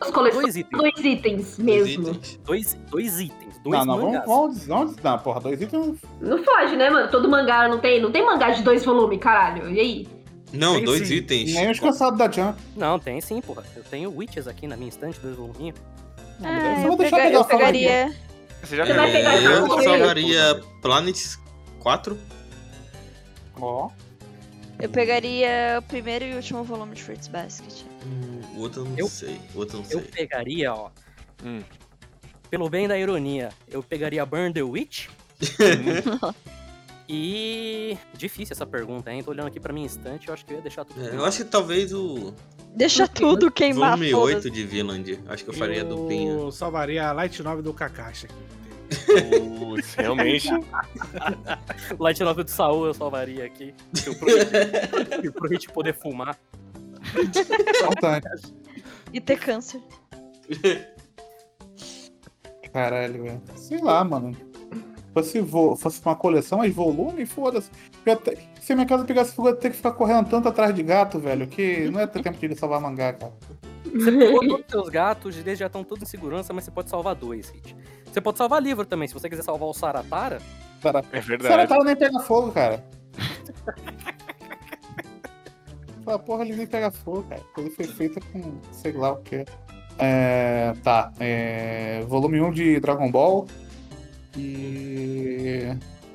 duas né? coleções, Dois itens. dois itens mesmo. Existe. Dois, dois itens. Dois Não, não, vamos, mangás. vamos, vamos. Não, porra, dois itens. Não foge, né, mano? Todo mangá não tem, não tem mangá de dois volumes, caralho. E aí? Não, Tem dois sim. itens. Nem os cansados da Jump. Não, tem sim, porra. Eu tenho Witches aqui na minha estante, dois voluminhos. Não, mas Ah, eu eu, vou deixar pega- pegar eu a fala aqui. pegaria. Você já Você vai pegar pegou. esse Eu Não, salvaria Planets 4. Ó. Eu pegaria o primeiro e último volume de Fruits Basket. Hum, O outro eu não Eu- sei. O outro eu não Eu sei. pegaria, ó. Hum. Pelo bem da ironia, eu pegaria Burn the Witch. e. Difícil essa pergunta, hein? Tô olhando aqui pra minha instante, eu acho que eu ia deixar tudo. É, eu acho que talvez o Deixa tudo queimar. volume foda-se. 8 de Vinland. Acho que eu faria a duplinha. Eu salvaria a Light 9 do Kakashi. Putz, realmente. O Light Novel de Saul eu salvaria aqui. Eu prometi, pro Hit poder fumar. Importante. E ter câncer. Caralho, velho. Sei lá, mano. Fosse, vo- fosse uma coleção, mas volume, foda-se. Eu até- Se minha casa pegasse fogo, eu ia ter que ficar correndo tanto atrás de gato, velho, que não ia ter tempo de ele salvar mangá, cara. Pegou todos os seus gatos, eles já estão todos em segurança, mas você pode salvar dois, Hit. Você pode salvar livro também, se você quiser salvar o Saratara. Cara, É Sarah verdade. Tara nem pega fogo, cara. Essa porra ele nem pega fogo, cara. Coisa foi feita com sei lá o que. É, tá. É, volume 1 de Dragon Ball. E.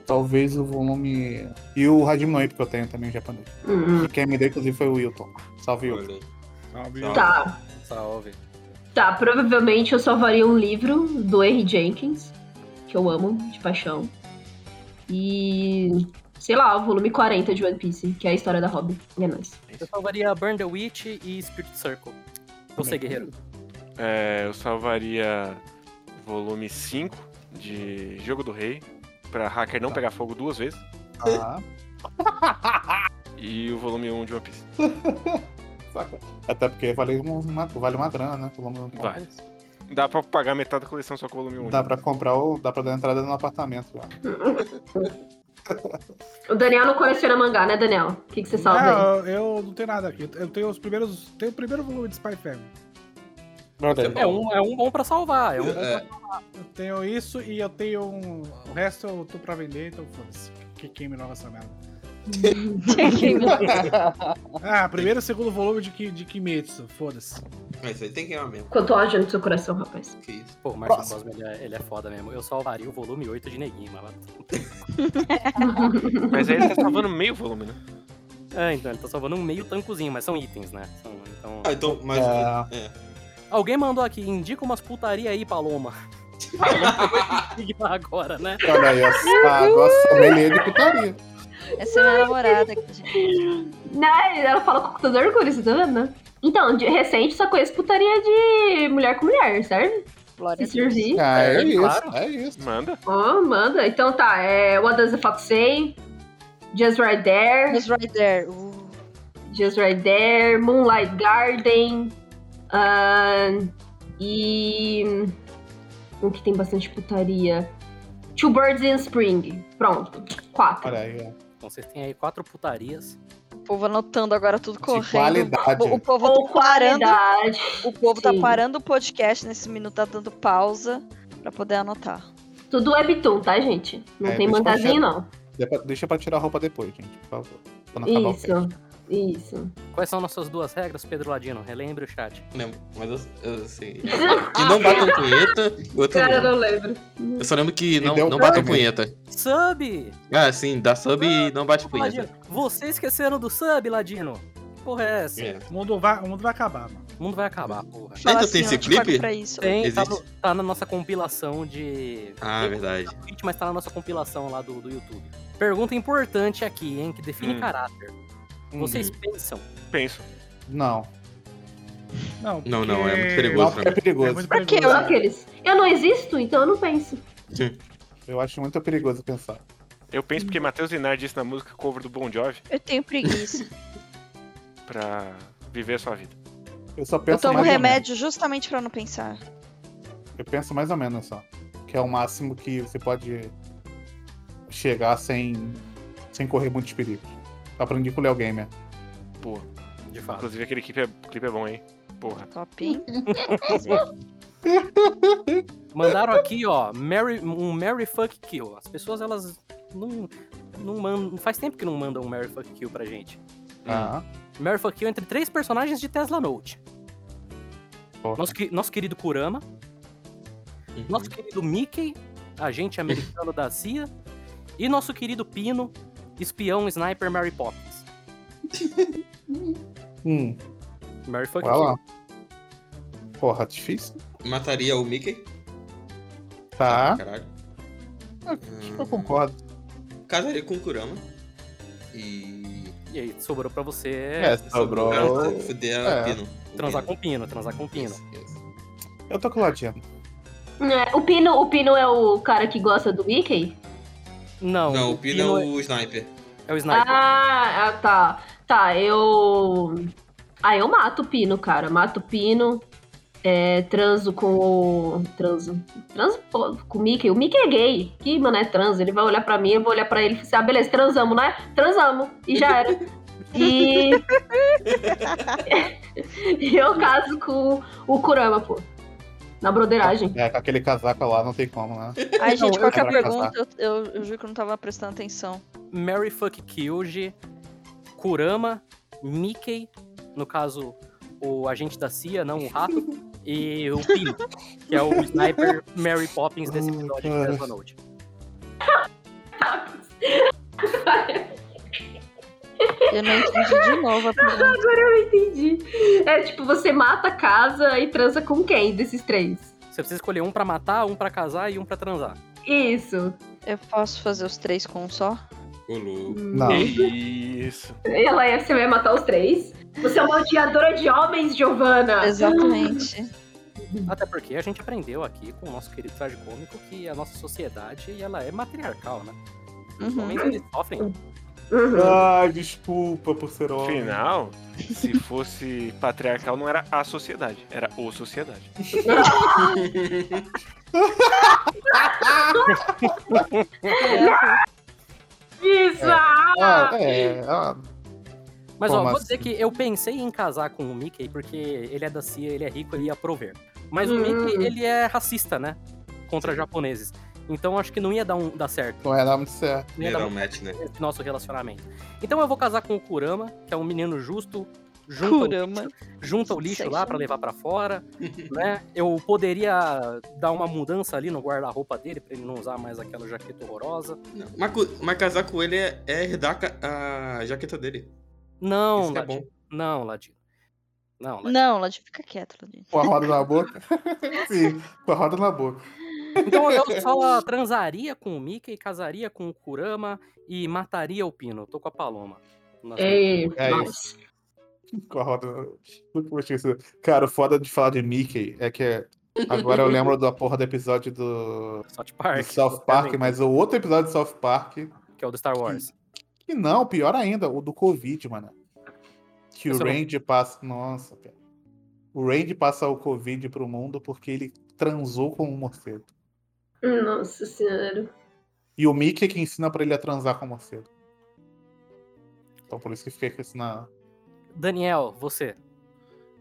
Talvez o volume. E o Hajime no que eu tenho também em japonês. Hum, E Quem me deu, inclusive, foi o Wilton. Salve, Wilton. Olha. Salve. Salve. tá, Salve. tá. Provavelmente eu salvaria um livro do Henry Jenkins, que eu amo de paixão. E. Sei lá, o volume 40 de One Piece, que é a história da Robin. E é nóis. Eu salvaria Burn the Witch e Spirit Circle. Você, guerreiro. É, eu salvaria volume 5 de Jogo do Rei. Pra hacker não pegar fogo duas vezes. Ah, E o volume 1 de One Piece. saca. Até porque vale uma, vale uma grana, né? Pelo menos Vale. Dá pra pagar metade da coleção só com o volume né? 1. Dá pra comprar ou dá pra dar entrada no apartamento. Cara. O Daniel não coleciona mangá, né, Daniel? O que, que você salva aí? Não, eu, Ah, eu não tenho nada aqui. Eu tenho os primeiros. Tenho o primeiro volume de Spy Family. Verdade. É um, é um bom pra salvar. É um bom pra É, Eu tenho isso e eu tenho um. O resto eu tô pra vender, então foda-se. Que queime logo essa merda. Ah, primeiro e segundo volume de, Ki- de Kimetsu, foda-se. mas isso aí tem que ir mesmo. Quanto ódio no seu coração, rapaz. Que isso. Pô, o Márcio Próximo. Cosme, ele é, ele é foda mesmo. Eu salvaria o volume 8 de Neguinho, mas... Mas aí ele tá salvando meio volume, né? É, então, ele tá salvando um meio tancozinho, mas são itens, né? São- então... Ah, então, mas. É. é. Alguém mandou aqui, indica umas putaria aí, Paloma. Paloma pegou esse sigma agora, né? Olha aí, ó. Ah, nossa, sommelier de putaria. Essa é minha namorada aqui, gente. Né? Ela fala com todo orgulho, você tá vendo, né? Então, de recente só conheço putaria de mulher com mulher, serve? Glória Se a Deus. servir. Ah, é, É, isso, claro. é isso. Manda. Ó, manda. Então tá, é What Does the Fox Say? Just Right There, Just right there. Uh, Just Right There, Moonlight Garden, ahn, e... Um que tem bastante putaria. Two Birds in Spring. Pronto. Quatro. Olha aí, ó. Então vocês têm aí quatro putarias. o povo anotando agora tudo De correndo. qualidade. O, o povo Ou tá parando. qualidade. O povo tá Sim. parando o podcast nesse minuto, tá dando pausa pra poder anotar. Tudo webtoon, tá, gente? Não É, tem deixa eu mangazinho, achar- não. Dá pra- Deixa pra tirar a roupa depois, gente, por favor. Pra não acabar o Isso, isso. Quais são nossas duas regras, Pedro Ladino? Relembre o chat. Lembro, né, mas eu, eu sei. Que não batam punheta, o outro Cara, eu não. não lembro. Eu só lembro que não, deu não um batam prêmio. punheta. Sub! Ah, sim, dá sub e não bate Ladino, punheta. você esqueceram do sub, Ladino? Porra, é essa? É. O mundo vai, o mundo vai acabar, mano. O mundo vai acabar, porra. Fala tem ó, esse eu te pago clipe? Pra isso. É. Tem, tá, Existe? no- tá na nossa compilação de. Ah, Tem verdade. na Twitch, Mas tá na nossa compilação lá do, do YouTube. Pergunta importante aqui, hein? Que define Hum. caráter. Hum. Vocês pensam Penso. Não. Não, Não, não, porque- é muito Não, perigoso pra porque é mim. É perigoso. muito Pra quê? Eu, perigoso. aqueles. Eu não existo, então eu não penso. Eu acho muito perigoso pensar. Eu penso porque Matheus Linard disse na música cover do Bon Jovi Eu tenho preguiça. pra viver a sua vida. Eu só penso eu tomo mais ou remédio justamente pra não pensar. menos. Eu penso mais ou menos só. Que é o máximo que você pode chegar sem, sem correr muitos perigos. Aprendi com o Léo Gamer. Hum. Boa. de fato. Inclusive aquele clipe é, clipe é bom, hein? Porra. Top, hein? Mandaram aqui, ó, Mary, um Mary Fuck Kill. As pessoas, elas não, não mandam. Faz tempo que não mandam um Mary Fuck Kill pra gente. Ah, Mary Fuck Kill entre três personagens de Tesla Note: porra. nosso, que- nosso querido Kurama, nosso querido Mickey, agente americano da CIA, e nosso querido Pino, espião sniper Mary Poppins. Hum, Mary Fuck vai Kill. lá. Porra, difícil. Mataria o Mickey? Ah, Tá. Ah, Caralho. Ah, Acho que eu concordo. Casaria com o Kurama. E. E aí, sobrou pra você. É, sobrou. Ah, tá, fuder a É. Pino. O Transar Pino. com Pino, transar com Pino. Isso, isso. Eu tô com o Ladiano. É, O Pino, o Pino é o cara que gosta do Mickey? Não, Não, o Pino é o sniper. é o sniper. Ah, ah, tá. Tá, eu. Ah, eu mato o Pino, cara. Mato o Pino. é, transo com o. Transo. Transo pô, com o Mickey. O Mickey é gay. Que, mano, é trans. Ele vai olhar pra mim, eu vou olhar pra ele e falar assim, ah, beleza, transamos, né? Transamos. E já era. E. e eu caso com o Kurama, pô. Na broderagem. É, com aquele casaco lá não tem como, né? Não, Ai, gente, eu qualquer quero pergunta, eu, eu, eu juro que eu não tava prestando atenção. Mary Fuck Kyoji, Kurama, Mickey, no caso o agente da CIA, não o rato, e o Pino, que é o sniper Mary Poppins desse Ai, episódio de cara. Tesla Note. Eu não entendi de novo a pergunta. Agora eu entendi. É tipo, você mata a casa e transa com quem desses três? Você precisa escolher um pra matar, um pra casar e um pra transar. Isso. Eu posso fazer os três com um só? Ô, louco. Hum. Não. Isso. Ela é, você vai matar os três. Você é uma odiadora de homens, Giovana. Exatamente. Até porque a gente aprendeu aqui com o nosso querido tragicômico que a nossa sociedade ela é matriarcal, né? Os Uhum. homens eles sofrem. Uhum. Ai, desculpa por ser homem. Afinal, se fosse patriarcal, não era a sociedade, era o sociedade. É, Isso. Ah, é. ah, Mas Como ó, vou assim? dizer que eu pensei em casar com o Mickey porque ele é da CIA, ele é rico, ele ia prover. Mas o Hum. Mickey, ele é racista, né? Contra japoneses. Então acho que não ia dar, um, dar certo. não é nada muito certo. Não ia Era dar um match, né? esse nosso relacionamento. Então eu vou casar com o Kurama, que é um menino justo, junto ao Kurama. junta o lixo Sei lá lá. pra levar pra fora, né? Eu poderia dar uma mudança ali no guarda-roupa dele pra ele não usar mais aquela jaqueta horrorosa. Não. Mas, cu- mas casar com ele é, é herdar ca- a jaqueta dele. Não, Isso que é Ladino. bom. Não, Ladino. Não, Ladino. Não, Lodi, fica quieto, Lodi. Com a roda na boca. Sim, com a roda na boca. Então eu só transaria com o Mickey, casaria com o Kurama e mataria o Pino. Eu Tô com a Paloma. Nossa, É, É nossa. Com a roda. Eu esqueci. Cara, o foda de falar de Mickey é que é- agora eu lembro da porra do episódio do, South do Park. é South Park, mas o outro episódio do South Park. Que é o do Star Wars. Que não, pior ainda, o do Covid, mano. Que o Esse eu não- Randy passa. Nossa, cara. O Randy passa o Covid pro mundo porque ele transou com um morcego. Nossa senhora. E o Mickey é que ensina pra ele a transar com o morcego. Então por isso que fiquei com isso na. Daniel, você.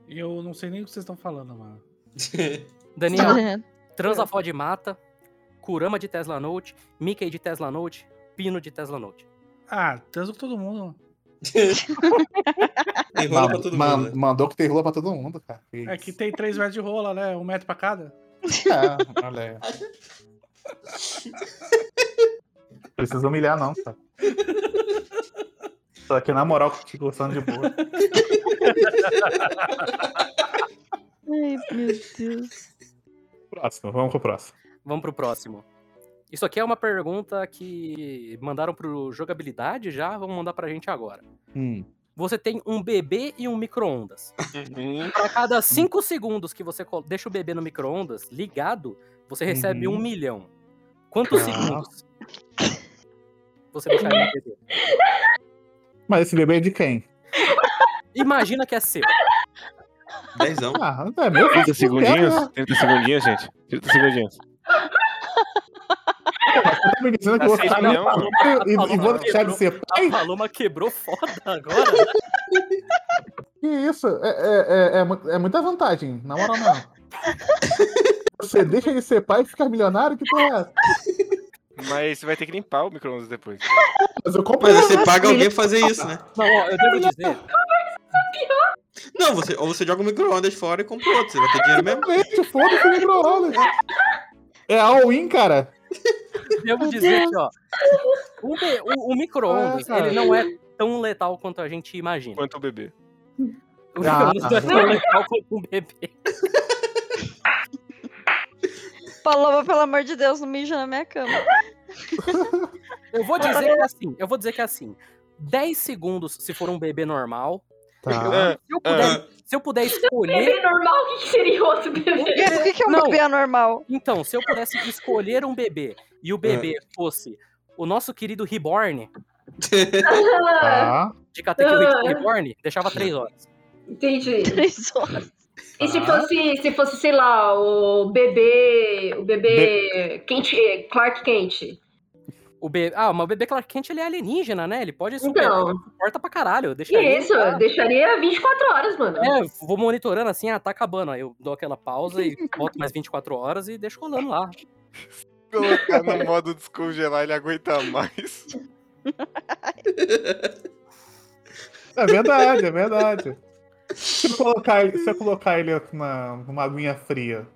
Eu não sei nem o que vocês estão falando, mano. É, Daniel, Transafod mata, Kurama de Tesla Note, Mickey de Tesla Note, Pino de Tesla Note. Ah, transo com todo mundo. Tem rola pra Man- todo man- mundo. né? Mandou que tem rola pra todo mundo, cara. Que É isso. que tem três metros de rola, né? Um metro pra cada. É, olha aí. Precisa humilhar, não, sabe? Só que na moral, te gostando de boa. Ai, meu Deus. Próximo, vamos pro próximo. Vamos pro próximo. Isso aqui é uma pergunta que mandaram pro jogabilidade já, vão mandar pra gente agora. Hum. Você tem um bebê e um micro-ondas. Pra Hum. cada 5 segundos que você col- deixa o bebê no micro-ondas ligado, você recebe Uhum. Ah. um milhão. Quantos Caraca. segundos? Você deixaria o bebê. Mas esse bebê é de quem? Imagina que é seu. né? Dezão. Ah, é meu né? 30 segundinhos? 30 segundinhos, gente. 30 segundinhos. Você tá me dizendo que eu vou Dá ficar seis na milhões, paloma e, e vou deixar de ser A pai? Paloma quebrou foda agora. Que isso? É, é, é, é mu- é muita vantagem, na moral não. Você deixa de ser pai e fica milionário? Que porra é essa? Mas você vai ter que limpar o micro-ondas depois. Mas tá. eu compro Mas você paga alguém pra fazer isso, né? Não, ó, eu devo dizer, Não, você, ou você joga o micro-ondas fora e compra outro. Você vai ter dinheiro mesmo. Exatamente, foda-se o micro-ondas. É all-in, cara. eu devo dizer que, ó. O, be- o- o micro-ondas, Ah, cara. ele não é tão letal quanto a gente imagina. Quanto o bebê. O Ah, micro-ondas não é tão letal quanto um bebê. Paloma, pelo amor de Deus, não mija na minha cama. Eu vou dizer que é assim, eu vou dizer que é assim. 10 segundos se for um bebê normal. Tá. É. Ah, Se eu puder, se eu puder escolher. Bebê normal, o que que seria outro bebê? O que, que é um Não. bebê anormal? Então, se eu pudesse escolher um bebê e o bebê fosse o nosso querido Reborn, Tá. de categoria Ah. de Reborn, deixava 3 horas. Entendi. Três horas. E se fosse, se fosse, sei lá, o bebê. O bebê. Quente, eh, Clark Quente. O be... Ah, mas o bebê Clark Kent, ele é alienígena, né? Ele pode superar. Então, porta pra caralho. Eu que deixaria. isso? ele lá. Deixaria 24 horas, mano. É, eu vou monitorando assim, ah, tá acabando. Aí eu dou aquela pausa e volto mais 24 horas e deixo rolando lá. Colocar no modo descongelar, ele aguenta mais. É verdade, é verdade. Se eu colocar ele, se eu colocar ele na, numa aguinha fria.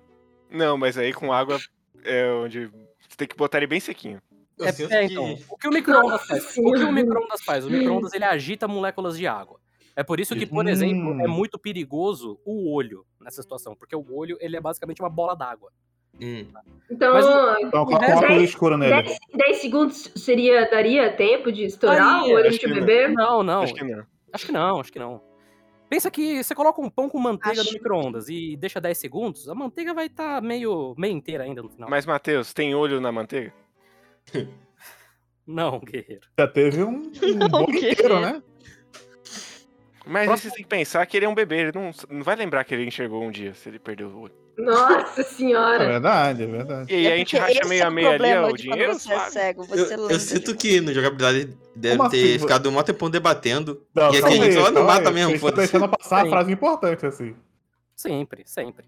Não, mas aí com água é onde você tem que botar ele bem sequinho. Eu É, sinto é, que- então, o que o micro-ondas Nossa faz? O que o Senhora. micro-ondas faz? O micro-ondas ele agita moléculas de água. É por isso que, por Hum. exemplo, é muito perigoso o olho nessa situação, porque o olho ele é basicamente uma bola d'água. Hum. Então, Mas é Então, coloca uma coisa escura nele. 10, 10 segundos seria, daria tempo de estourar Daria. o olho de Acho que bebê? Não, não. Acho que não. Acho que não, acho que não. Pensa que você coloca um pão com manteiga Acho- no micro-ondas e deixa 10 segundos, a manteiga vai estar meio, meio inteira ainda no final. Mas, Matheus, tem olho na manteiga? Não, guerreiro. Já teve um, um bolo que inteiro, isso. né? Mas aí Próximo. vocês têm que pensar que ele é um bebê, ele não, não vai lembrar que ele enxergou um dia, se ele perdeu o olho. Nossa É senhora. verdade, é verdade. E aí É a gente porque racha esse meio é a o meio ali, problema ó, o de quando dinheiro Você é suave. cego, você Eu, lembra eu sinto de- que no jogabilidade deve Como ter assim? ficado um maior tempão debatendo. Não, E aqui calma a gente aí, só não calma mata aí. mesmo, Vocês estão foda-se. deixando passar Sim. uma frase importante, assim. Sempre, sempre.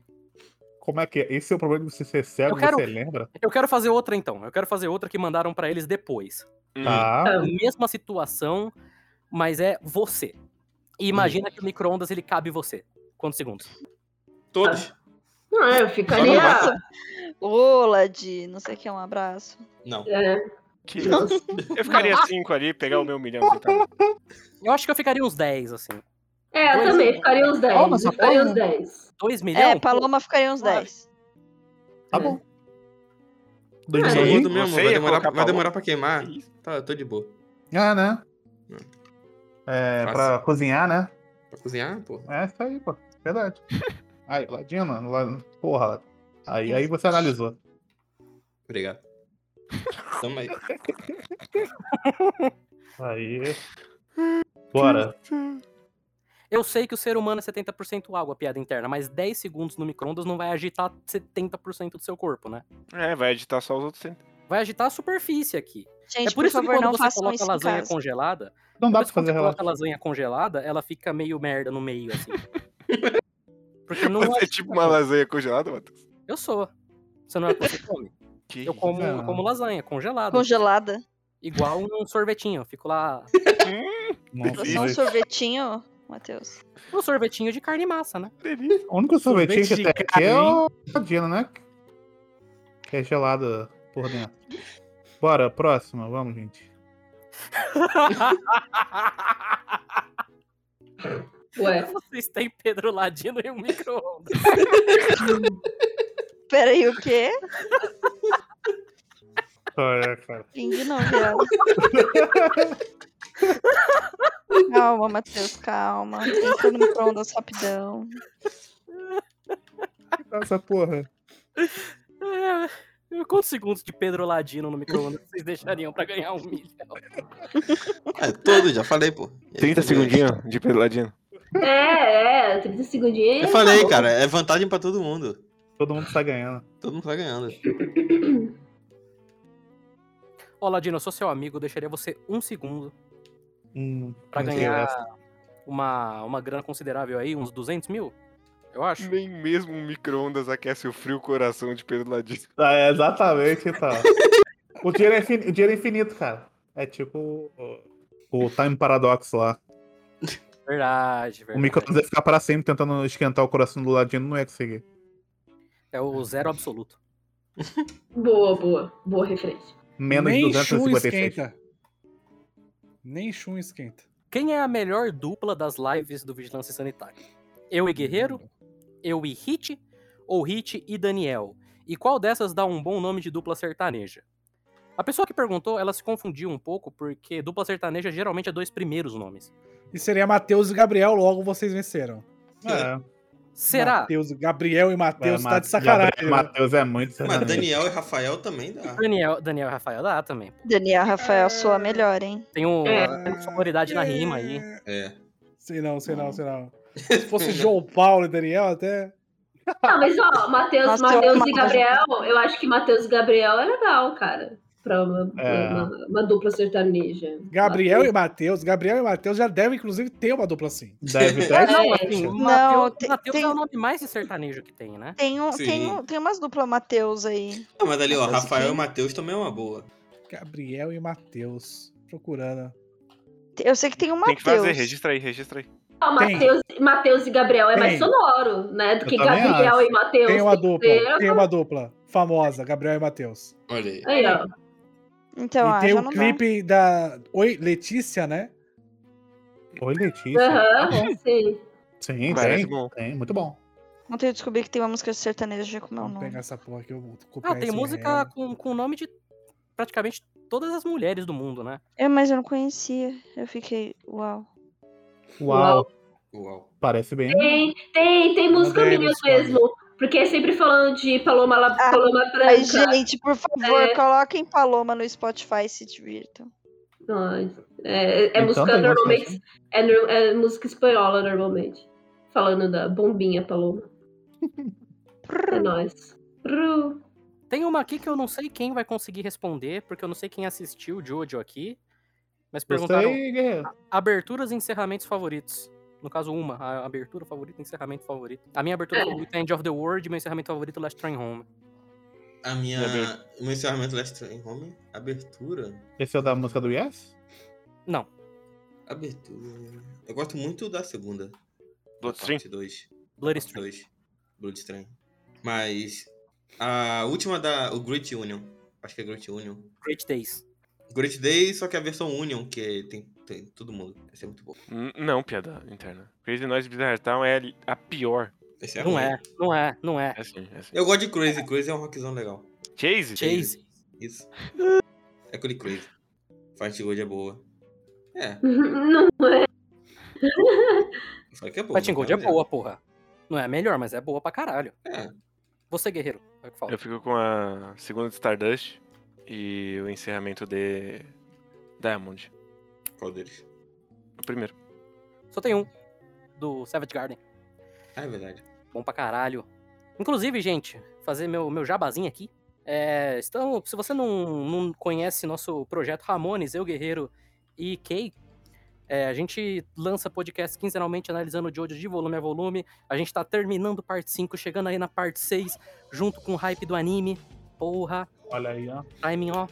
Como é que é? Esse é o problema de você ser cego, Eu quero- um você lembra? Eu quero fazer outra então. Eu quero fazer outra que mandaram pra eles depois. Hum, Tá. Tá. Então, mesma situação, mas é você. Uhum. E imagina que o micro-ondas ele cabe você. Quantos segundos? Todos. Ah. Não, eu ficaria. Nossa. Ola de não sei o que, um abraço. Não. É. Que- Eu ficaria cinco ali, pegar o meu milhão e tal. Eu acho que eu ficaria uns 10, assim. É, eu Dois. também ficaria uns 10. Ah, mas tá eu ficaria bom. uns 10. 2 milhões? É, Paloma ficaria uns Claro. 10. Tá bom. Eu Dois sou aí? gordo mesmo, Você vai ia demorar, colocar vai pra demorar pra queimar. Que isso? Tá, eu tô de boa. Ah, né? É, Fácil. pra cozinhar, né? Pra cozinhar, pô. É isso aí, pô. Verdade. Aí, Ladina, la- porra. Ladina. Aí, aí você analisou. Obrigado. Tamo aí. É, Aí. Bora. Eu sei que o ser humano é 70% água, piada interna, mas 10 segundos no micro-ondas não vai agitar 70% do seu corpo, né? É, vai editar só os outros 100. Vai agitar a superfície aqui. Gente, é por isso favor, que não quando você façam coloca isso a em lasanha casa. congelada, Não dá pra Por isso que quando fazer você coloca relato. a lasanha congelada, ela fica meio merda no meio, assim. Porque não Você é ajuda. tipo uma lasanha congelada, Matheus? Eu sou. Você não é o que você come. Que Eu como, eu Não. como lasanha congelada. Congelada. Igual um sorvetinho. Eu fico lá. Nossa, Você é um gente. sorvetinho, Matheus? Um sorvetinho de carne e massa, né? delícia. O único sorvetinho que Sorvete tem de aqui é o Ladina, né? Que é gelada por dentro. Bora, próxima, vamos, gente. Ué. Vocês têm Pedro Ladino e um micro-ondas. Peraí, o quê? Olha, cara. Entendi não, viado. calma, Matheus, calma. Entra no micro-ondas rapidão. Essa porra. É, Quantos segundos de Pedro Ladino no micro-ondas vocês deixariam pra ganhar um milhão? Ah, todo, já falei, pô. É né? E é 30 aí, tudo bem. segundinhos de peladinho. É, é, 30 segundinhos. Eu falei, cara, é vantagem pra todo mundo. Todo mundo tá ganhando. Todo mundo tá ganhando. Ó, Ladino, eu sou seu amigo, eu deixaria você um segundo Hum, pra não sei ganhar essa. uma, uma grana considerável aí, uns 200 mil, eu acho. Nem mesmo um micro-ondas aquece o frio coração de Pedro Ladino. Ah, é exatamente, então. o, dinheiro é infin- o dinheiro é infinito, cara. É tipo o, o Time Paradox lá. Verdade, O verdade. microondas ia ficar pra sempre tentando esquentar o coração do ladinho, não ia conseguir. É o zero absoluto. Boa, boa. Boa referência. Menos Nem chum 256. esquenta. Nem chum esquenta. Quem é a melhor dupla das lives do Vigilância Sanitária? Eu e Guerreiro? Eu e Hit? Ou Hit e Daniel? E qual dessas dá um bom nome de dupla sertaneja? A pessoa que perguntou, ela se confundiu um pouco, porque dupla sertaneja geralmente é dois primeiros nomes. E seria Matheus e Gabriel, logo vocês venceram. Ah, É, Será? Matheus, Gabriel e Matheus Ma- tá de sacanagem. Gabriel né? é, Matheus é muito Mas sacanagem. Daniel e Rafael também dá. É. Daniel, Daniel e Rafael dá também. Daniel, Rafael, sua melhor, hein? Tem um- É. uma sonoridade na rima aí. É. Sei não, sei não, sei não. Se fosse João Paulo e Daniel, até. Não, mas ó, Matheus, Nossa, Matheus eu e amava. Gabriel, eu acho que Matheus e Gabriel é legal, cara. Pra uma, É. uma, uma dupla sertaneja. Gabriel e Matheus. Gabriel e Matheus já devem, inclusive, ter uma dupla assim. Deve É, ter. Não, assim, o Não, Mateus- tem- Mateus tem- é o nome mais de sertanejo que tem, né? Tem, um, Sim. tem, um- tem umas duplas Matheus aí. Não, mas ali, ó, Mas Rafael quem? e Matheus também é uma boa. Gabriel e Matheus. Procurando. Eu sei que tem um Tem Matheus. que fazer, registra aí, registra aí. Ó, Tem. Mateus, Mateus e Gabriel é Tem. mais sonoro, né? Do Eu que também Gabriel acho. e Matheus. Tem é uma que ser. dupla. Tem uma dupla. Famosa, Gabriel e Matheus. Olha aí. Aí, ó. Então, ah, e tem já o não clipe da. Oi, Letícia, né? Oi, Letícia. Aham, sim. Sim, tem. Parece bom. Tem, muito bom. dá. Ontem eu descobri que tem uma música de sertaneja com o meu Vamos nome. pegar essa porra aqui. Eu vou copiar Ah, tem esse música merda. com com o nome de praticamente todas as mulheres do mundo, né? É, mas eu não conhecia. Eu fiquei, uau. Uau, Uau. Uau. parece bem. Tem, tem, tem música Mandei minha eles, cara. mesmo. Porque é sempre falando de Paloma, La- Ah, Paloma Ai, Branca. gente, por favor, É. coloquem Paloma no Spotify e se divirtam. Ai, É, é Então, música tem música normalmente. assim? É, nor- é música espanhola normalmente. Falando da bombinha Paloma. É nóis. Pru. Tem uma aqui que eu não sei quem vai conseguir responder, porque eu não sei quem assistiu o Jojo aqui. Mas Você perguntaram aí, guerreiro. aberturas e encerramentos favoritos. No caso, uma. A abertura favorita e encerramento favorito. A minha abertura É. favorita é End of the World, meu encerramento favorito é Last Train Home. A minha. Abertura. O meu encerramento Last Train Home. Abertura. Esse é o da música do Yes? Não. Abertura. Eu gosto muito da segunda. Bloodstream. Parte 2. Bloodstream. 2. Bloodstream. Mas. A última da. O Great Union. Acho que é Great Union. Great Days. Great Day, só que a versão Union, que é, tem, tem todo mundo. Essa é muito boa. N- Hum, Não, piada interna. Crazy Noise Bizarre Town é a pior. Essa é não ruim. é, não é, não é. É assim, é assim. Eu gosto de Crazy. Crazy é um rockzão legal. Chase? Chase. Isso. É aquele Crazy. Fight Gold é boa. É. Não é. Só que é boa. Fighting Gold é não boa, porra. Não é a melhor, mas é boa pra caralho. É. Você, guerreiro, é o que falta. Eu fico com a segunda de Stardust e o encerramento de Diamond. Qual deles? O primeiro. Só tem um. Do Savage Garden. Ah, é verdade. Bom pra caralho. Inclusive, gente, fazer meu, meu jabazinho aqui. É, então, se você não, não conhece nosso projeto Ramones, Eu Guerreiro e Kay, é, a gente lança podcast quinzenalmente analisando o Jojo de volume a volume. A gente tá terminando parte 5, chegando aí na parte 6, junto com o hype do anime. Porra, Olha aí, ó. timing, ó,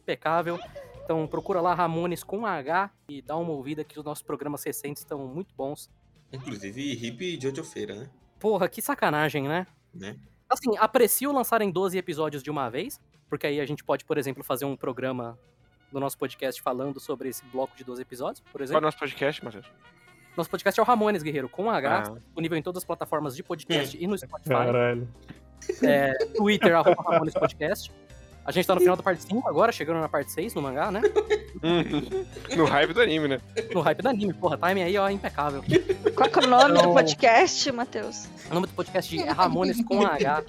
impecável. Então procura lá Ramones com H e dá uma ouvida que os nossos programas recentes estão muito bons. Inclusive, Hip e Jojo Feira, né? Porra, que sacanagem, né? Né? Assim, aprecio lançarem 12 episódios de uma vez, porque aí a gente pode, por exemplo, fazer um programa do nosso podcast falando sobre esse bloco de 12 episódios, por Qual é o exemplo. nosso podcast, Matheus? Nosso podcast é o Ramones, Guerreiro, com H, Ah, disponível em todas as plataformas de podcast e no Spotify, Caralho. é, Twitter, arroba Ramones Podcast. A gente tá no final da parte 5 agora, chegando na parte 6 no mangá, né? uhum. no hype do anime, né? No hype do anime, porra, timing aí, ó, impecável. Qual que é o nome do Não. podcast, Matheus? O nome do podcast é Ramones com H,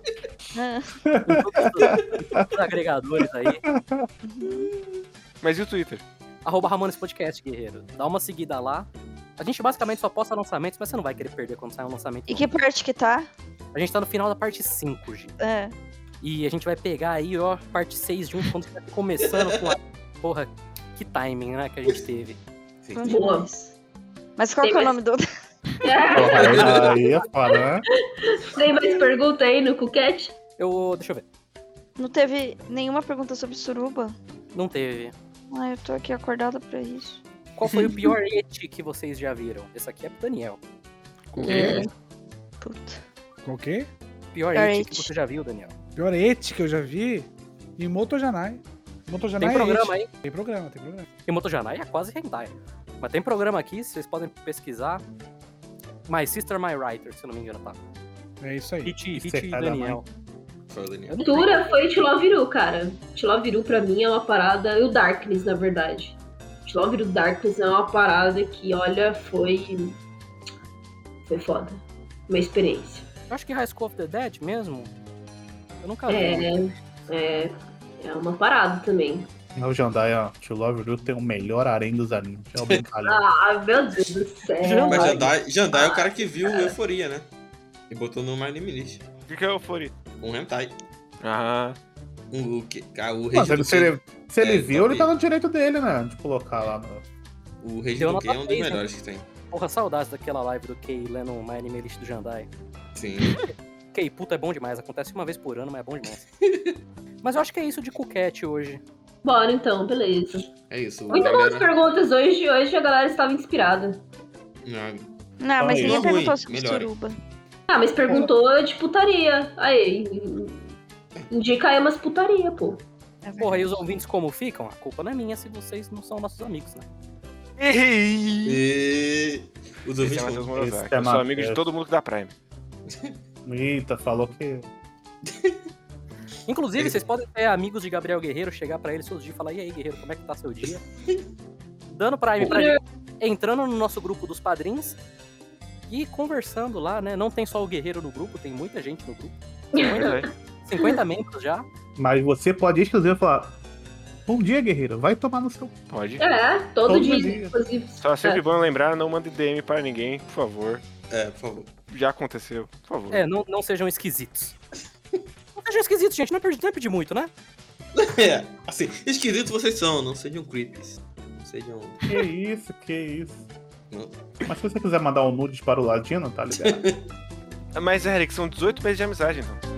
Ah, em todos os- todos os agregadores aí. Mas e o Twitter? arroba Ramones Podcast, guerreiro. Dá uma seguida lá. A gente basicamente só posta lançamentos, mas você não vai querer perder quando sair um lançamento. e não. que parte que tá? A gente tá no final da parte 5, gente. É. E a gente vai pegar aí, ó, parte 6 junto, quando tá começando com a... Porra, que timing, né, que a gente teve. Sim. bom Boa. demais. Mas qual Tem que é o mais- nome do. Aí é foda, né? Tem mais pergunta aí no Cuquete? Eu... deixa eu ver. Não teve nenhuma pergunta sobre suruba? Não teve. Ai, eu tô aqui acordada pra isso. Qual foi o pior et que vocês já viram? Esse aqui é pro Daniel. Puta. Qual que? Pior Pior et que et. você já viu, Daniel. Pior et que eu já vi em Motojanai. Motojanai Tem é programa et. aí. Tem programa, tem programa. E Motojanai é quase hentai. Mas tem programa aqui, vocês podem pesquisar. My Sister, My Writer, se eu não me engano, tá? É isso aí. Hit, Isso Hit é e cada Daniel. Foi o Daniel. Eu não sei. Tura foi Tiloviru, cara. Tiloviru pra mim é uma parada. E o Darkness, na verdade. Tiloviru Darkness é uma parada que, olha, foi. Foi foda. Uma experiência. Eu acho que High School of the Dead mesmo. Eu nunca vi. É. É, é uma parada também. Não, É Jandai, ó. To Love You tem o melhor harém dos animes. É o brincalhão. Ah, meu Deus do céu. Mas Jandai, Jandai é o cara que viu Euforia, né? E botou no My Name List. O que que é o Fori? Um hentai. Ah, Um look. Ah, o rei Mas do ele, se ele, se ele É, viu, ele tá talvez. no direito dele, né? De colocar lá no. O Rei Deu do nota Ken é um dos três, né? melhores que tem. Porra, saudades daquela live do Kay lendo My Anime List do Jandai. Sim. Kay, puta, é bom demais. Acontece uma vez por ano, mas é bom demais. mas eu acho que é isso de Cuquete hoje. Bora então, beleza. É isso. Muito boas galera. perguntas hoje. Hoje a galera estava inspirada. Não, Não, mas Olha, ninguém ruim, perguntou sobre melhor. suruba. Ah, mas perguntou de putaria. Aí. Indica aí umas putaria, pô. É Porra, e os ouvintes como ficam? A culpa não é minha se vocês não são nossos amigos, né? Errei! E... Os Esse ouvintes é vão- Matheus Morozaki. Esse é Eu sou amigo Matheus. de todo mundo que dá Prime. Eita, falou que. Inclusive, vocês podem ser amigos de Gabriel Guerreiro, chegar pra ele seus dias e falar: e aí, Guerreiro, como é que tá seu dia? Dando Prime pra gente, entrando no nosso grupo dos padrinhos e conversando lá, né? Não tem só o Guerreiro no grupo, tem muita gente no grupo. 50, é. 50 membros já. Mas você pode exclusivo falar. Bom dia, guerreiro. Vai tomar no seu. Pode. É, todo, Todo dia, dia. inclusive. Tá Só é sempre bom lembrar, não mande DM para ninguém, por favor. um. É, por favor. Já aconteceu, por favor. É, não, não sejam esquisitos. Não sejam esquisitos, gente. Não é pedir, não é pedir muito, né? É, assim, esquisitos vocês são, não sejam creeps. Não sejam. Que isso, que isso. Não. Mas se você quiser mandar um nude para o Ladino, tá ligado? É, Mas, Eric, são 18 meses de amizade, então.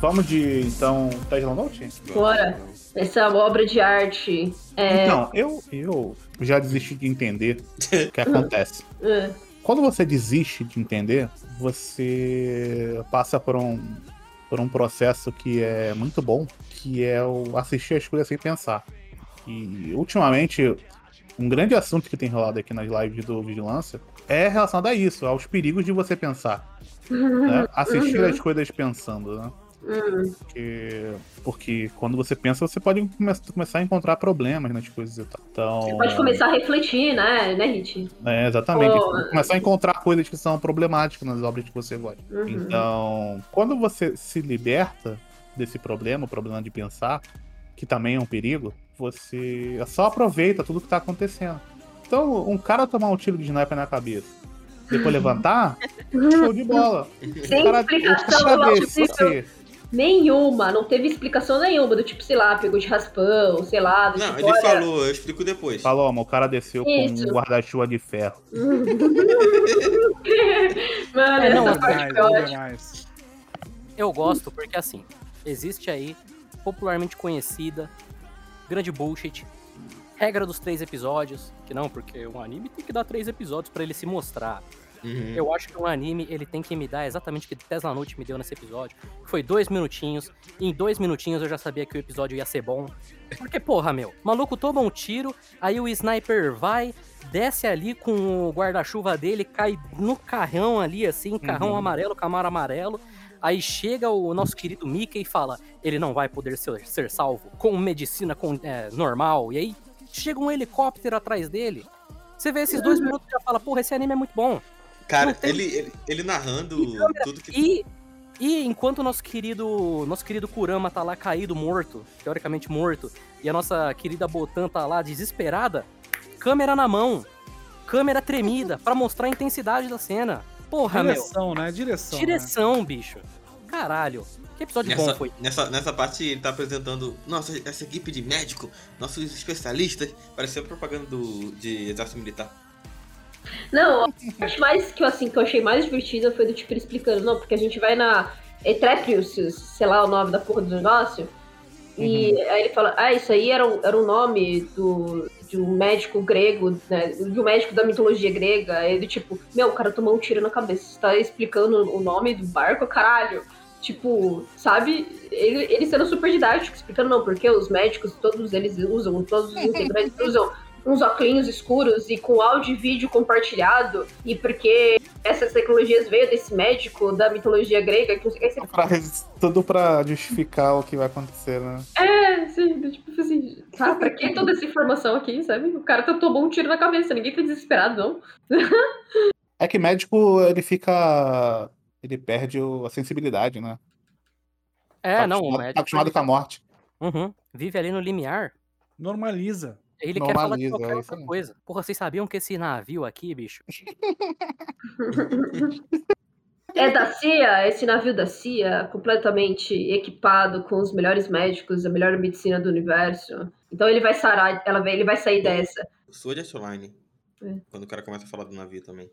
Vamos de, então, Tesla Note? Bora. Essa obra de arte. É... Então, eu, eu já desisti de entender o que acontece. ah, Quando você desiste de entender, você passa por um, por um processo que é muito bom, que é o assistir as coisas sem pensar. E, ultimamente, um grande assunto que tem rolado aqui nas lives do Vigilância é relacionado a isso, aos perigos de você pensar. Uhum, né? Assistir as coisas pensando, né? Porque, porque quando você pensa, você pode come- começar a encontrar problemas nas coisas e tal. Então, Você pode começar a refletir, né, né, Hit? é, exatamente. Pô, é. Você começar a encontrar coisas que são problemáticas nas obras que você gosta. Uhum. Então, quando você se liberta desse problema, o problema de pensar, que também é um perigo, você só aproveita tudo que tá acontecendo. Então, um cara tomar um tiro de sniper na cabeça, depois levantar, show de bola. Uhum. Sem o cara, explicação, o cara lógico, descer, Nenhuma, não teve explicação nenhuma do tipo, sei lá, pegou de raspão, sei lá, do Não, tipo, ele olha- falou, eu explico depois. Falou, amor, o cara desceu Isso. com um guarda-chuva de ferro. Mano, É, não, essa parte Nice, foi ótima. nice. Eu gosto porque, assim, existe aí, popularmente conhecida, grande bullshit, regra dos três episódios, que não, porque um anime tem que dar três episódios pra ele se mostrar. Uhum. Eu acho que um anime, ele tem que me dar exatamente o que Tesla Note me deu nesse episódio. que Foi dois minutinhos, e em dois minutinhos eu já sabia que o episódio ia ser bom. Porque, porra, meu, o maluco toma um tiro, aí o sniper vai, desce ali com o guarda-chuva dele, cai no carrão ali, assim, carrão amarelo, camaro amarelo. Aí chega o nosso querido Mickey e fala: ele não vai poder ser, ser salvo com medicina com- é, normal. E aí chega um helicóptero atrás dele. Você vê esses dois minutos e já fala: porra, esse anime é muito bom. Cara, Não tem- ele, ele, ele narrando tudo que. E, e enquanto o nosso querido, nosso querido Kurama tá lá caído, morto, teoricamente morto, e a nossa querida Botan tá lá desesperada, câmera na mão, câmera tremida, pra mostrar a intensidade da cena. Porra, Ah, meu. Direção, né? Direção. Direção, bicho. Caralho. Que episódio Nessa, bom foi. tá nessa, nessa parte ele tá apresentando nossa, essa equipe de médico, nossos especialistas. Pareceu propaganda do, de exército militar. Não, a parte mais que eu, assim, que eu achei mais divertida foi do tipo ele explicando, não, porque a gente vai na Etrepius, sei lá o nome da porra do negócio, e aí ele fala, ah, isso aí era um, era um nome do, de um médico grego, né, de um médico da mitologia grega, aí do tipo, meu, o cara tomou um tiro na cabeça, você tá explicando o nome do barco, caralho. Tipo, sabe? Ele, ele sendo super didático, explicando não, porque os médicos, todos eles usam, todos os integrantes usam uns óculos escuros e com áudio e vídeo compartilhado, e porque essas tecnologias veio desse médico da mitologia grega, que não sei o que. Aí você fala, Pra- tudo pra justificar o que vai acontecer, né? É, sim, do tipo assim, tá, pra que toda essa informação aqui, sabe? O cara tá tomou um tiro na cabeça, ninguém tá desesperado, não. É que médico, ele fica. Ele perde o- a sensibilidade, né? É, tá não, o acostumado, médico. Tá acostumado com a morte. Uhum. Vive ali no limiar. Normaliza. Ele quer falar de Normaliza, qualquer é isso outra aí. coisa. Porra, vocês sabiam que esse navio aqui, bicho? É da CIA, esse navio da CIA, completamente equipado com os melhores médicos, a melhor medicina do universo. Então ele vai sarar, ela vai- ele vai sair dessa. Sword Art Online. É. Quando o cara começa a falar do navio também.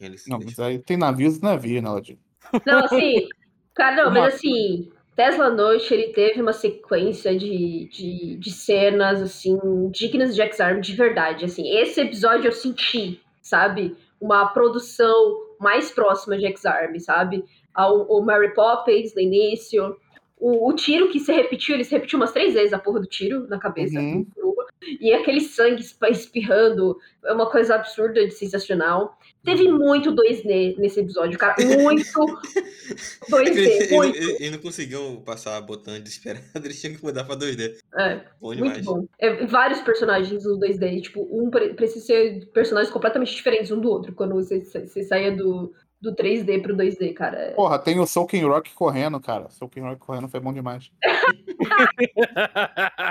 Ele se Não, mas deixa- aí tem navios e navios, né, Ladinho? Não, assim, cara, não, mas assim, Tesla Noite, ele teve uma sequência de, de, de cenas, assim, dignas de X-Arm de verdade, assim. Esse episódio eu senti, sabe? Uma produção mais próxima de X-Arm, sabe? Ao- O Mary Poppins no início, o, o tiro que se repetiu, ele se repetiu umas três vezes a porra do tiro na cabeça. assim, Uhum. E aquele sangue espa- espirrando, é uma coisa absurda de sensacional. Teve muito 2D nesse episódio, cara. Muito Ele, 2D, ele- é, muito. ele- ele não conseguiu passar botando desesperado, ele tinha que mudar pra 2D. É, Bom muito demais. bom. É, vários personagens no 2D, tipo, um pre- precisa ser personagens completamente diferentes um do outro quando você, sa- você saia do, do 3D pro 2D, cara. É. Porra, tem o Soaking Rock correndo, cara. Soaking Rock correndo foi bom demais.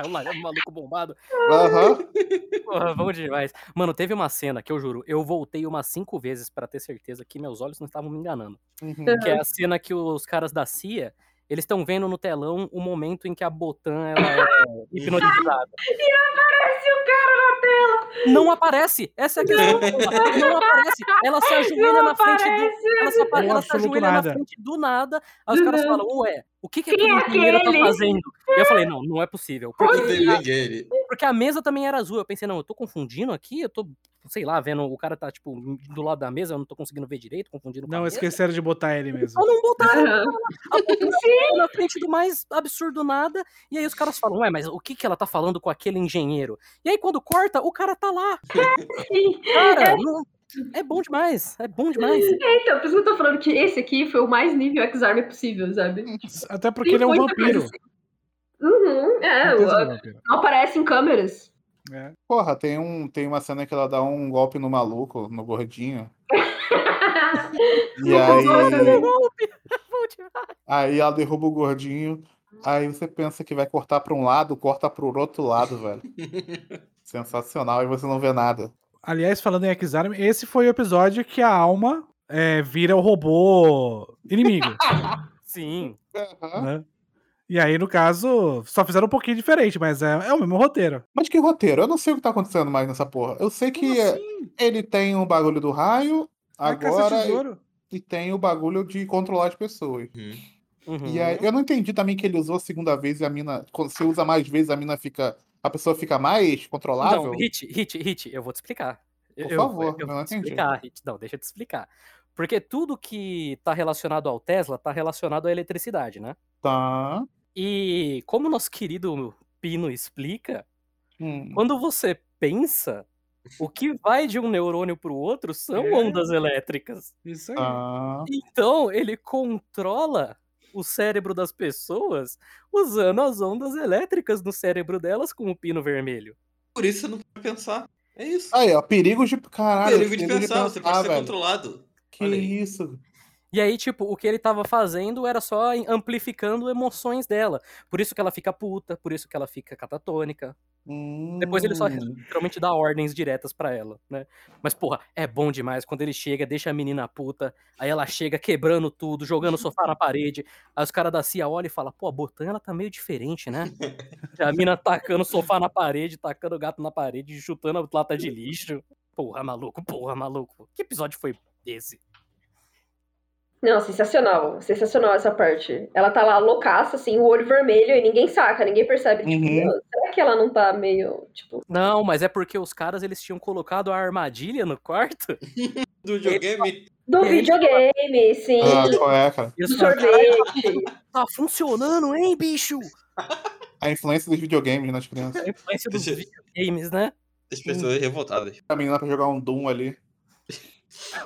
o maluco bombado. Aham. Porra, bom demais. Mano, teve uma cena que eu juro, eu voltei umas cinco vezes pra ter certeza que meus olhos não estavam me enganando. Uhum. Que é a cena que os caras da CIA, eles estão vendo no telão o momento em que a Botan ela é hipnotizada. Parece o cara na tela! Não aparece! Essa é a questão. porra. Não aparece! Ela se ajoelha na frente do. Ela, se apa- Não ela se absoluto ajoelha na nada. frente do nada. Aí os Do caras nada. falam, ué, O que, que Uhum. Quem aquele é engenheiro tá aquele? fazendo? E eu falei, não, não é possível. Porque, Não teve ninguém. porque a mesa também era azul. Eu pensei, não, eu tô confundindo aqui, eu tô, sei lá, vendo. O cara tá, tipo, do lado da mesa, eu não tô conseguindo ver direito, confundindo. com a Não, mesa. esqueceram de botar ele mesmo. Ou não botaram Aham. na frente do mais absurdo nada. E aí os caras falam, ué, mas o que, que ela tá falando com aquele engenheiro? E aí quando corta, o cara tá lá. Sim. Cara, não- é bom demais. É bom demais. É, então, por isso que eu tô falando que esse aqui foi o mais nível X-Arm possível, sabe? Hum. Até porque Tem ele é um muita coisa vampiro. Uhum, é, Certeza o- que é um vampiro. não aparece em câmeras. É. Porra, tem, um, tem uma cena que ela dá um golpe no maluco, no gordinho. E É um aí, aí ela derruba o gordinho. Aí você pensa que vai cortar pra um lado, corta pro outro lado, velho. Sensacional, e você não vê nada. Aliás, falando em X-Arm, esse foi o episódio que a alma é, vira o robô inimigo. Sim. Aham. né? E aí, no caso, só fizeram um pouquinho diferente, mas é, é o mesmo roteiro. Mas que roteiro? Eu não sei o que tá acontecendo mais nessa porra. Eu sei que ele tem um bagulho do raio, Vai caçar agora, e- tesouro. e tem o bagulho de controlar as pessoas. Uhum. E aí, eu não entendi também que ele usou a segunda vez e a mina. Quando você usa mais vezes, a mina fica. A pessoa fica mais controlável? Não, Hit, Hit, Hit, eu vou te explicar. Eu- eu- favor, eu não vou te entendi. explicar, Hit. Não, deixa eu te explicar. Porque tudo que tá relacionado ao Tesla tá relacionado à eletricidade, né? Tá. E como o nosso querido Pino explica, Hum. quando você pensa, o que vai de um neurônio pro outro são É. ondas elétricas. Isso aí. Tá. Então, ele controla o cérebro das pessoas usando as ondas elétricas no cérebro delas com o pino vermelho. Por isso você não pode pensar. É isso. Aí, ó, perigos de. Caralho, Perigo de pensar, você pode ser controlado. Que Olha aí. isso? E aí, tipo, o que ele tava fazendo era só em- amplificando emoções dela. Por isso que ela fica puta, por isso que ela fica catatônica. Depois ele só Hum. literalmente dá ordens diretas pra ela, né? Mas, porra, é bom demais quando ele chega, deixa a menina puta, aí ela chega quebrando tudo, jogando o sofá na parede. Aí os caras da CIA olham e falam, pô, a Botan, ela tá meio diferente, né? a mina tacando o sofá na parede, tacando o gato na parede, chutando a lata de lixo. Porra, maluco, porra, maluco. Que episódio foi esse? Não, sensacional, sensacional essa parte. Ela tá lá loucaça, assim, o olho vermelho e ninguém saca, ninguém percebe. Tipo, Uhum. "Meu, será que ela não tá meio, tipo... Não, mas é porque os caras, eles tinham colocado a armadilha no quarto. Do videogame, Do E aí, videogame, sim, Ah, qual é, cara? E do os caras, "Caralho, sorvete. tá funcionando, hein, bicho? A influência dos videogames nas crianças. A influência dos é Deixa- videogames, né? as pessoas revoltadas. A menina pra jogar um Doom ali.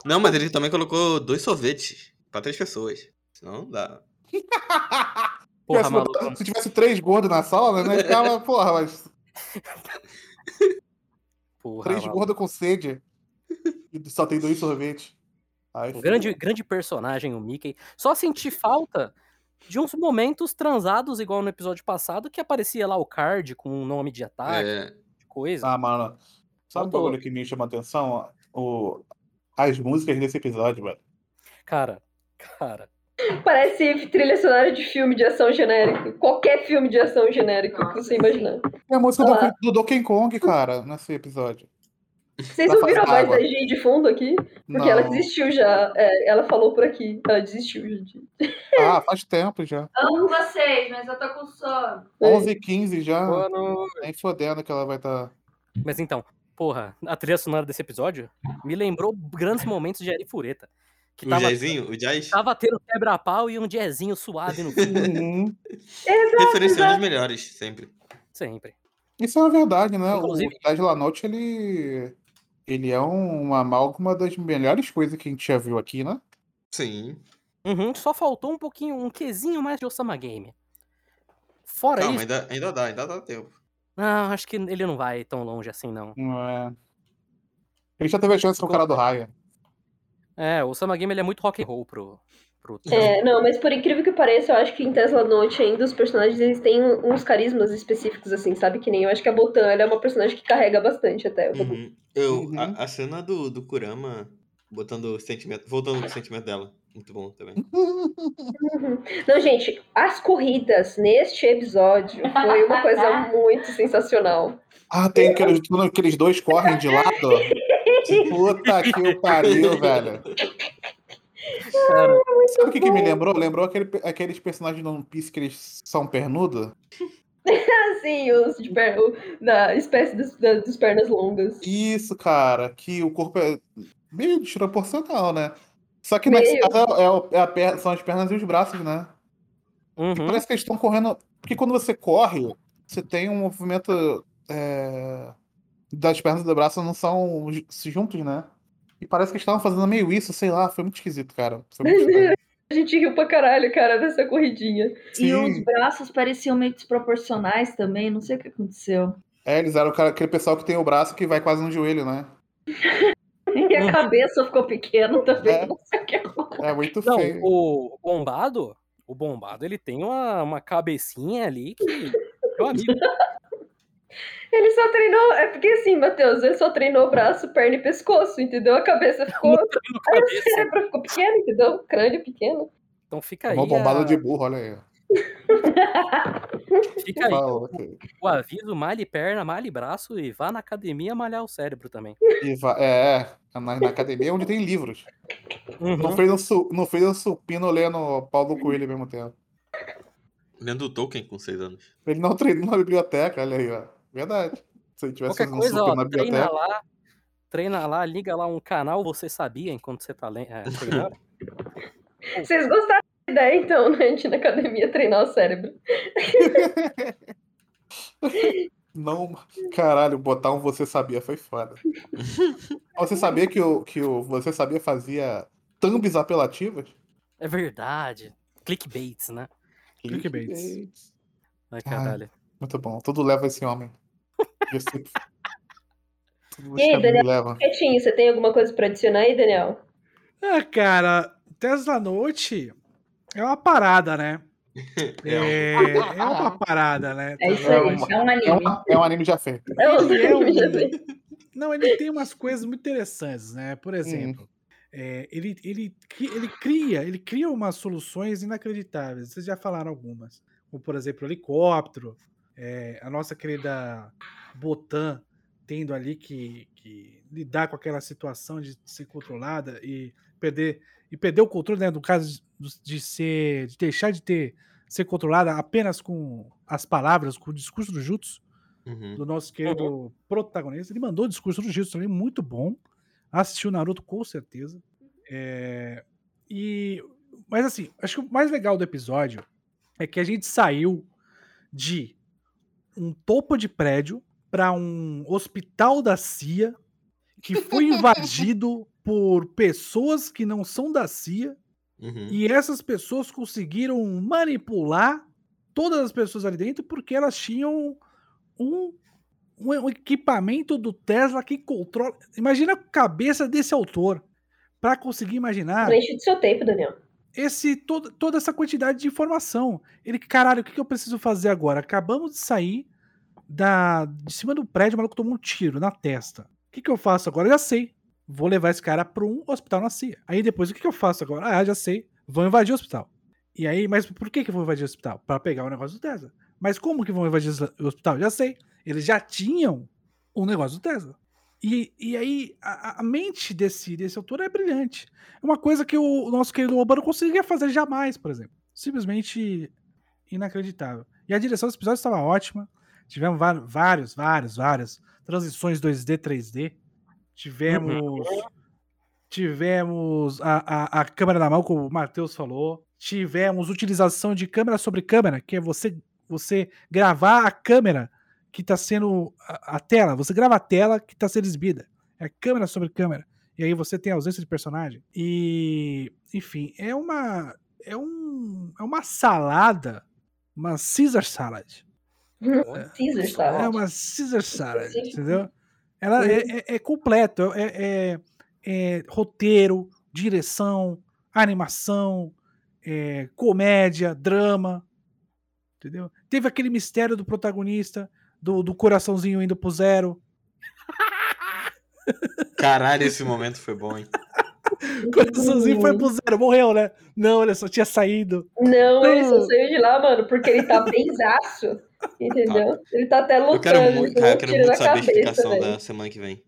Não, mas ele também colocou dois sorvetes pra três pessoas. Senão não dá. Se Porra, tivesse maluco. botado- se tivesse três gordos na sala, né? Ficava, porra, mas Porra, três maluco. gordos com sede. E só tem dois sorvetes. Ai, Um grande, grande personagem, o Mickey. Só senti falta de uns momentos transados, igual no episódio passado, que aparecia lá o card com um nome de Ah, ataque, É. de coisa. Ah, mano. Sabe o Faltou. bagulho que me chama a atenção? O... As músicas desse episódio, velho. Cara, cara. Parece trilha sonora de filme de ação genérico. Qualquer filme de ação genérico que você imaginar. É a música Olá. do, do Donkey Kong, cara, nesse episódio. Vocês Tá ouviram a fazendo voz da água. Gi de fundo aqui? Porque ela Não. desistiu já. é, ela falou por aqui. Ela desistiu, gente. Ah, faz tempo já. Amo vocês, mas eu tô com sono. É. 11 h 15 já. Nem fodendo que ela vai tá. estar. Mas então, porra, a trilha sonora desse episódio me lembrou grandes momentos de Ari Fureta. Que O tava, Jaizinho, o Jais, Tá tava tendo quebra-pau e um jazzinho suave no fundo, referenciando né? os melhores, sempre. sempre. Isso é uma verdade, né? Inclusive- O Ted Lanote, ele. Ele é um- uma amálgama das melhores coisas que a gente já viu aqui, né? Sim. Uhum, só faltou um pouquinho, um quesinho mais de Osama Game. Fora Calma, isso, ainda, ainda dá, ainda dá tempo. não, acho que ele não vai tão longe assim, não. Não é. Ele já teve a chance com o cara do raio. É, o Osama Game ele é muito rock and roll pro, pro É, não, mas por incrível que pareça, eu acho que em Tesla Note ainda os personagens eles têm um- uns carismas específicos, assim, sabe? Que nem eu acho que a Botan ela é uma personagem que carrega bastante até. Uhum. Eu, Uhum. A, a cena do, do Kurama botando o sentimento. Voltando pro sentimento dela. Muito bom também. Não, gente, as corridas neste episódio foi uma coisa muito sensacional. Ah, tem aqueles, quando aqueles dois correm de lado. Puta que o pariu, velho. Cara, Sabe o que, que me lembrou? Lembrou aquele, aqueles personagens do One Piece que eles são pernudo? Assim, os de per... o- da espécie dos, da- dos pernas longas. Isso, cara, que o corpo é meio desproporcional, né? Só que nesse Meio. caso é o- é a per- são as pernas e os braços, né? Uhum. Parece que eles estão correndo. Porque quando você corre, você tem um movimento é, das pernas e do braço não são ju- juntos, né? E parece que eles estavam fazendo meio isso, sei lá, foi muito esquisito, cara. Foi muito estranho. A gente riu pra caralho, cara, dessa corridinha. E os Sim. braços pareciam meio desproporcionais tambtambém, não sei o que aconteceu. É, eles eram o cara- aquele pessoal que tem o braço que vai quase no joelho, né? E a cabeça ficou pequena também. Não sei o que aconteceu. É muito Não, feio. o bombado, o bombado, ele tem uma, uma cabecinha ali que. Meu amigo, Ele só treinou. É porque assim, Matheus, ele só treinou braço, perna e pescoço, entendeu? A cabeça ficou. no cabeça. cérebro ficou pequeno, entendeu? O crânio pequeno. Então fica aí. Uma bombada a- É de burro, olha aí. Fica aí. então. Fala, ok. O aviso, malhe perna, malhe braço e vá na academia malhar o cérebro também. E vai- É, é, na, na academia é onde tem livros. Uhum. Não fez um, su... não fez um supino lendo Paulo Coelho ao mesmo tempo. Lendo o Tolkien com 6 anos. Ele não treinou na biblioteca, olha aí, ó. Verdade. Se ele tivesse Qualquer fazendo um coisa, supino ó, na treina biblioteca. lá, treina lá, liga lá um canal, você sabia enquanto você tá lendo. É, treinando. Vocês gostaram da ideia, então, né? A gente na academia treinar o cérebro. Não, caralho, botar um Você Sabia foi foda. Você sabia que o, que o Você Sabia fazia thumbs apelativas? é verdade. Clickbaits, né? Clickbaits. Clickbaits. Ai, caralho. Muito bom, tudo leva esse homem. Eu sei que- Tudo E aí, esse caminho Daniel? leva. Quietinho, você tem alguma coisa pra adicionar aí, Daniel? Ah, cara, Tesla Note é uma parada, né? É, é uma parada, né? É isso É aí, uma- é um É anime. um, é um anime já feito. É outro Ele é um- já sei. Não, ele tem umas coisas muito interessantes, né? Por exemplo, é, ele, ele, cri- ele cria, ele cria umas soluções inacreditáveis. Vocês já falaram algumas. Como, por exemplo, o helicóptero, é, a nossa querida Botan tendo ali que, que lidar com aquela situação de ser controlada e perder e perder o controle, né? No caso de, de ser, de deixar de ter ser controlada apenas com as palavras, com o discurso do Jutsu Uhum. do nosso querido protagonista. Ele mandou o discurso do Jitsu também, é muito bom. Assistiu Naruto com certeza. É, E... Mas assim, acho que o mais legal do episódio é que a gente saiu de um topo de prédio para um hospital da CIA que foi invadido por pessoas que não são da CIA Uhum. e essas pessoas conseguiram manipular todas as pessoas ali dentro porque elas tinham um, um- um equipamento do Tesla que controla. Imagina a cabeça desse autor para conseguir imaginar Preenche do seu tempo, Daniel. esse todo, toda essa quantidade de informação. Ele, caralho, o que, que eu preciso fazer agora? Acabamos de sair da, de cima do prédio, o maluco tomou um tiro na testa. O que, que eu faço agora? Eu já sei. Vou levar esse cara para um hospital na CIA. Aí depois, o que, que eu faço agora? Ah, já sei. Vão invadir o hospital. E aí, mas por que, que vão invadir o hospital? Para pegar o negócio do Tesla. Mas como que vão invadir o hospital? Já sei. Eles já tinham o negócio do Tesla. E, e aí, a, a- a mente desse, desse autor é brilhante. É uma coisa que o o nosso querido Obama não conseguiria fazer jamais, por exemplo. Simplesmente inacreditável. E a direção dos episódios estava ótima. Tivemos va- vários, vários, várias transições 2D, 3D. Tivemos. Tivemos a, a, a câmera na mão, como o Matheus falou. Tivemos utilização de câmera sobre câmera, que é você, você gravar a câmera que está sendo. A, a tela, você grava a tela que está sendo exibida. É câmera sobre câmera. E aí você tem ausência de personagem. E, enfim, é uma é um é uma salada, uma Caesar salad. Caesar É estava. uma Caesar salad, Tá Sim. entendeu? Ela é, é, é completo, é, é- é roteiro, direção, animação, é, comédia, drama, entendeu? Teve aquele mistério do protagonista, do, do coraçãozinho indo pro zero. Caralho, esse momento foi bom, hein? O coraçãozinho Uhum. foi pro zero, morreu, né? Não, ele só tinha saído. Não, ele só saiu de lá, mano, porque ele tá benzaço. Entendeu? Ele tá até lutando. Eu quero muito, cara, eu quero tiro na muito saber a cabeça, explicação velho. da semana que vem.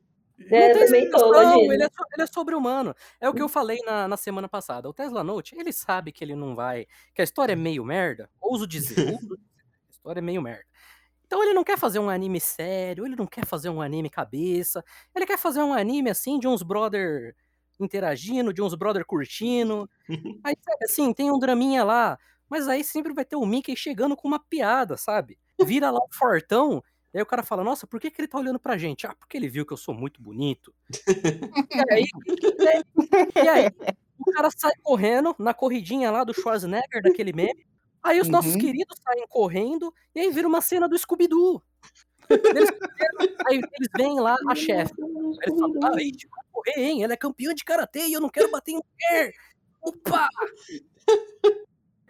É, não tem também tô, Hum. explicação, imagino. ele é, so- ele é sobre-humano. É o que eu falei na, na semana passada. O Tesla Note, ele sabe que ele não vai. Que a história é Hum. meio merda. Ouso dizer, ouso dizer que a história é meio merda. Então ele não quer fazer um anime sério, ele não quer fazer um anime cabeça. Ele quer fazer um anime assim de uns brother interagindo, de uns brother curtindo. Aí, sabe assim, tem um draminha lá. Mas aí sempre vai ter o Mickey chegando com uma piada, sabe? Vira lá o fortão. E aí o cara fala, nossa, por que, que ele tá olhando pra gente? Ah, porque ele viu que eu sou muito bonito. e, aí, e aí o cara sai correndo na corridinha lá do Schwarzenegger, daquele meme. Aí os nossos Uhum. queridos saem correndo e aí vira uma cena do Scooby-Doo. Eles- aí eles vêm lá, a chefe. Aí Eles falam, ah, a gente vai correr, hein? Ela é campeã de karatê e eu não quero bater em mulher. Opa!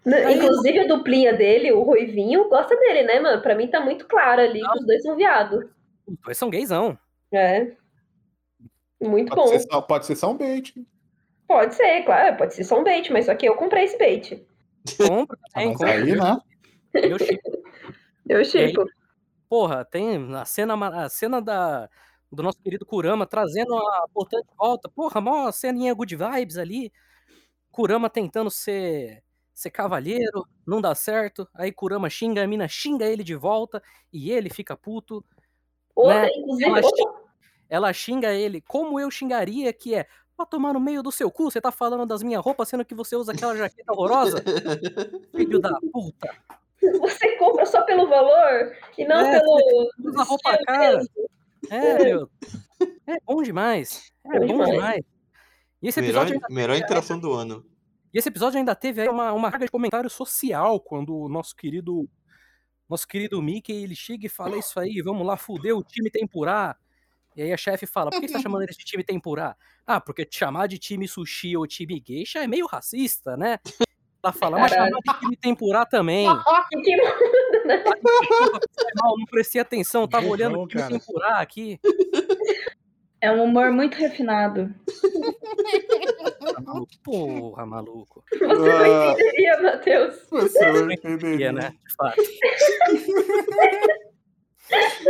N- Né, Aí- Inclusive a duplinha dele, o Ruivinho, gosta dele, né, mano? Pra mim tá muito claro ali que os dois são viados. Os dois são gaysão. É. Muito Pode bom. ser, só, pode ser só um bait. Pode ser, claro, pode ser só um bait, mas só que eu comprei esse bait. Compra, Ah, tem, mas aí, compra. né? Eu chego. Eu aí? chico. Porra, tem a cena, ma- a cena da, do nosso querido Kurama trazendo a Portã de volta. Porra, mó ceninha good vibes ali. Kurama tentando ser, ser cavalheiro, não dá certo. Aí Kurama xinga a mina, xinga ele de volta e ele fica puto. Outra, né? inclusive, Ela outra, xinga, ela xinga ele como eu xingaria, que é pra tomar no meio do seu cu, você tá falando das minhas roupas, sendo que você usa aquela jaqueta horrorosa? Filho da puta. você compra só pelo valor e não É, pelo. usa roupa estilo cara. mesmo. É, meu. É bom demais. Bom É bom demais. demais. E esse Melhor, episódio, ainda, é melhor interação do ano. e esse episódio ainda teve aí uma, uma carga de comentário social quando o nosso querido nosso querido Mickey ele chega e fala isso aí, vamos lá, fudeu o time tempurá. E aí a chefe fala, por que você tá chamando ele de time tempurá? Ah, porque te chamar de time sushi ou time geisha é meio racista, né? Ela fala, mas chamar de time tempurá também. E que- Não, não prestei atenção, eu tava olhando o time cara. tempurá aqui. É um humor muito refinado. Tá maluco? Porra, maluco. Você não Ah. entenderia, Matheus. Você não E é, entenderia. né? De fato.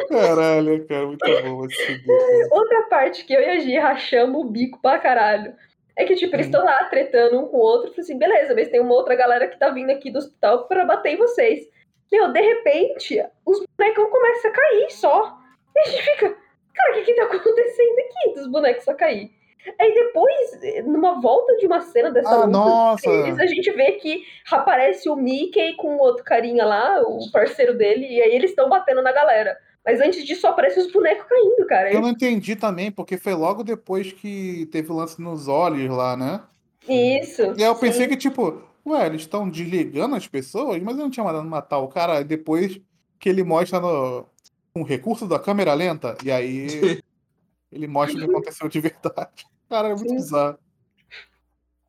Caralho, cara, muito bom esse vídeo. Outra parte que eu e a Gi rachamos o bico pra caralho. É que, tipo, eles Uhum. estão lá tretando um com o outro. Eu Falei assim, beleza, mas tem uma outra galera que tá vindo aqui do hospital pra bater em vocês. Meu, de repente, os bonecão começam a cair só. E a gente fica, cara, o que que tá acontecendo aqui dos bonecos só cair? Aí depois, eh, numa volta de uma cena dessa Ah, luta, nossa! eles, a gente vê que aparece o Mickey com o outro carinha lá, o parceiro dele, e aí eles estão batendo na galera. Mas antes disso, só aparece os bonecos caindo, cara. Eu não entendi também, porque foi logo depois que teve o lance nos olhos lá, né? Isso. E aí eu pensei que, tipo, ué, eles estão desligando as pessoas, mas eu não tinha mandado matar o cara depois que ele mostra no, um recurso da câmera lenta, e aí ele mostra o que aconteceu de verdade. Cara, é muito Sim. bizarro.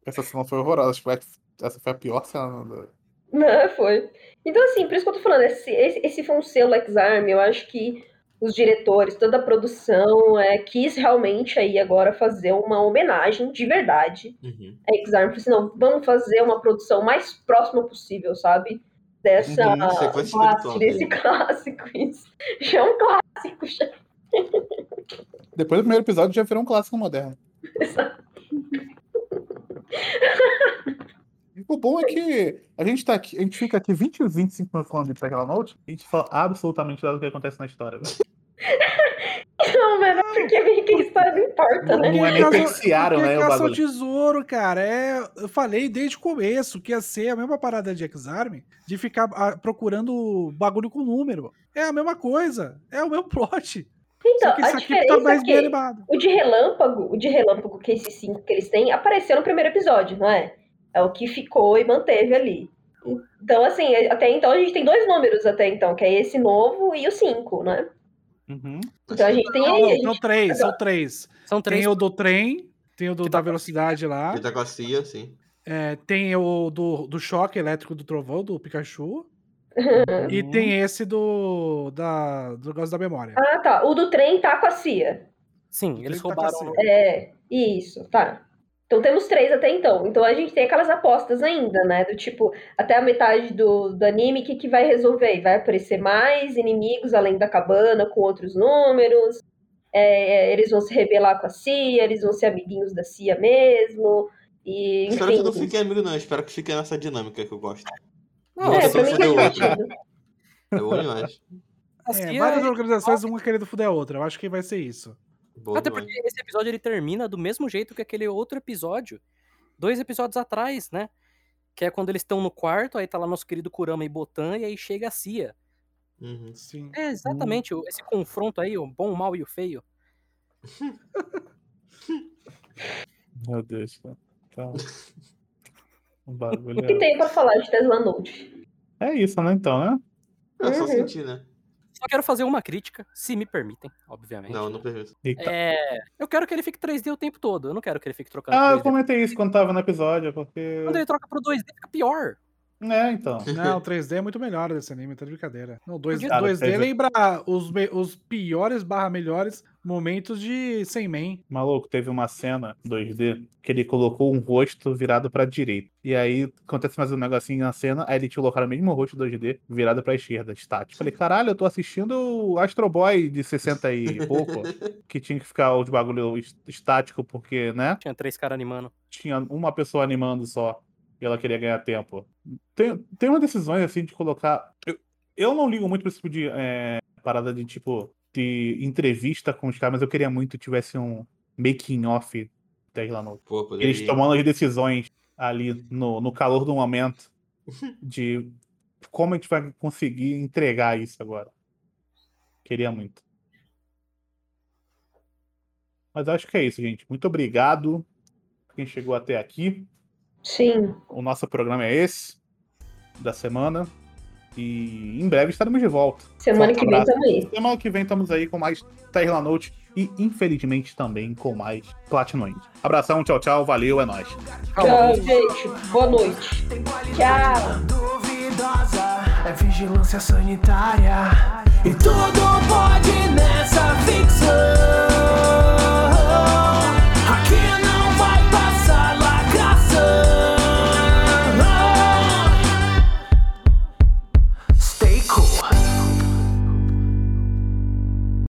Essa cena foi horrorosa, acho que vai- essa foi a pior cena. do- Não, foi. Então, assim, por isso que eu tô falando, esse, esse, esse foi um selo X-Arm, eu acho que os diretores, toda a produção, é, quis realmente aí agora fazer uma homenagem de verdade Uhum. a X-Arm. Falei assim, não, vamos fazer uma produção mais próxima possível, sabe? Dessa Uhum, sequência classe, espiritual. desse clássico, isso. Já é um clássico, já. Depois do primeiro episódio já virou um clássico moderno. O bom é que a gente tá aqui, a gente fica aqui 20 ou 25 minutos falando de Tecla Note, e a gente fala absolutamente nada do que acontece na história, velho. Não, mas é porque meio que a história não importa, né? Não é nem Caça- terciário, porque né, o caça ao bagulho. tesouro, cara. É, eu falei desde o começo que ia ser a mesma parada de X-Arm, de ficar ah, procurando bagulho com número. É a mesma coisa. É o mesmo plot. Então, só que a isso aqui tá diferença é mais bem que animado. o de relâmpago, o de relâmpago que esses cinco que eles têm, apareceu no primeiro episódio, não é? É o que ficou e manteve ali. Então, assim, até então a gente tem dois números até então, que é esse novo e o cinco, né? Uhum. Então a gente tem Não, aí. a não, gente- são três, são três. São Tem três é o do trem, tem o do, Que da tá- velocidade lá, E da Garcia, sim. é, tem o do, do choque elétrico do trovão, do Pikachu, e Uhum. tem esse do, da, do negócio da memória. Ah, tá. O do trem tá com a CIA. Sim, eles tá roubaram. cacete. É, isso, tá. Então temos três até então. Então a gente tem aquelas apostas ainda, né? Do tipo, até a metade do, do anime, o que, que vai resolver? Vai aparecer mais inimigos além da cabana com outros números? é, eles vão se rebelar com a CIA, eles vão ser amiguinhos da CIA mesmo. E, enfim. Espero que eu não fique amigo, não. Espero que fique nessa dinâmica que eu gosto. É, pra mim Foder o faz outro. sentido. É bom demais. É, várias organizações, uma querendo fuder a outra. Eu acho que vai ser isso. Bom Até demais. porque esse episódio ele termina do mesmo jeito que aquele outro episódio, dois episódios atrás, né? Que é quando eles estão no quarto, aí tá lá nosso querido Kurama e Botan, e aí chega a Cia. Uhum. Sim. É, exatamente, o- esse confronto aí, o bom, o mal e o feio. Meu Deus, cara. Então, o bagulho O que é... tem pra falar de Tesla Note? é isso, né? Então, né? É só Uhum. sentir, né? Só quero fazer uma crítica, se me permitem, obviamente. Não, não permito. Eita. É, eu quero que ele fique 3D o tempo todo, eu não quero que ele fique trocando. Ah, eu 3D. comentei isso quando tava no episódio, porque. Quando ele troca pro 2D fica pior. É, então. Não, 3D é muito melhor desse anime, tá de brincadeira. Não, 2D, Cara, 2D teve- lembra os, me- os piores barra melhores momentos de Sem Man. Maluco, teve uma cena 2D que ele colocou um rosto virado pra direita. E aí acontece mais um negocinho na cena, aí ele te colocaram o mesmo rosto 2D virado pra esquerda, estático. Falei, caralho, eu tô assistindo o Astro Boy de 60 e pouco, que tinha que ficar os bagulho est- estático, porque, né? Tinha três caras animando. tinha uma pessoa animando só e ela queria ganhar tempo. Tem, tem umas decisões assim de colocar. Eu, eu não ligo muito pra esse tipo de é, parada de tipo de entrevista com os caras, mas eu queria muito que tivesse um making off Tesla Note. Pô, poderia. Eles tomando as decisões ali no, no calor do momento de como a gente vai conseguir entregar isso agora. Queria muito. Mas acho que é isso, gente. Muito obrigado a quem chegou até aqui. Sim. O nosso programa é esse da semana. E em breve estaremos de volta. Semana Forte que vem abraço. tamo aí. Semana que vem estamos aí com mais Tesla Note e, infelizmente, também com mais Platinum End. Abração, tchau, tchau. Valeu, é nóis. Tchau, gente. Boa noite. Tchau. duvidosa é vigilância sanitária. E tudo pode nessa ficção.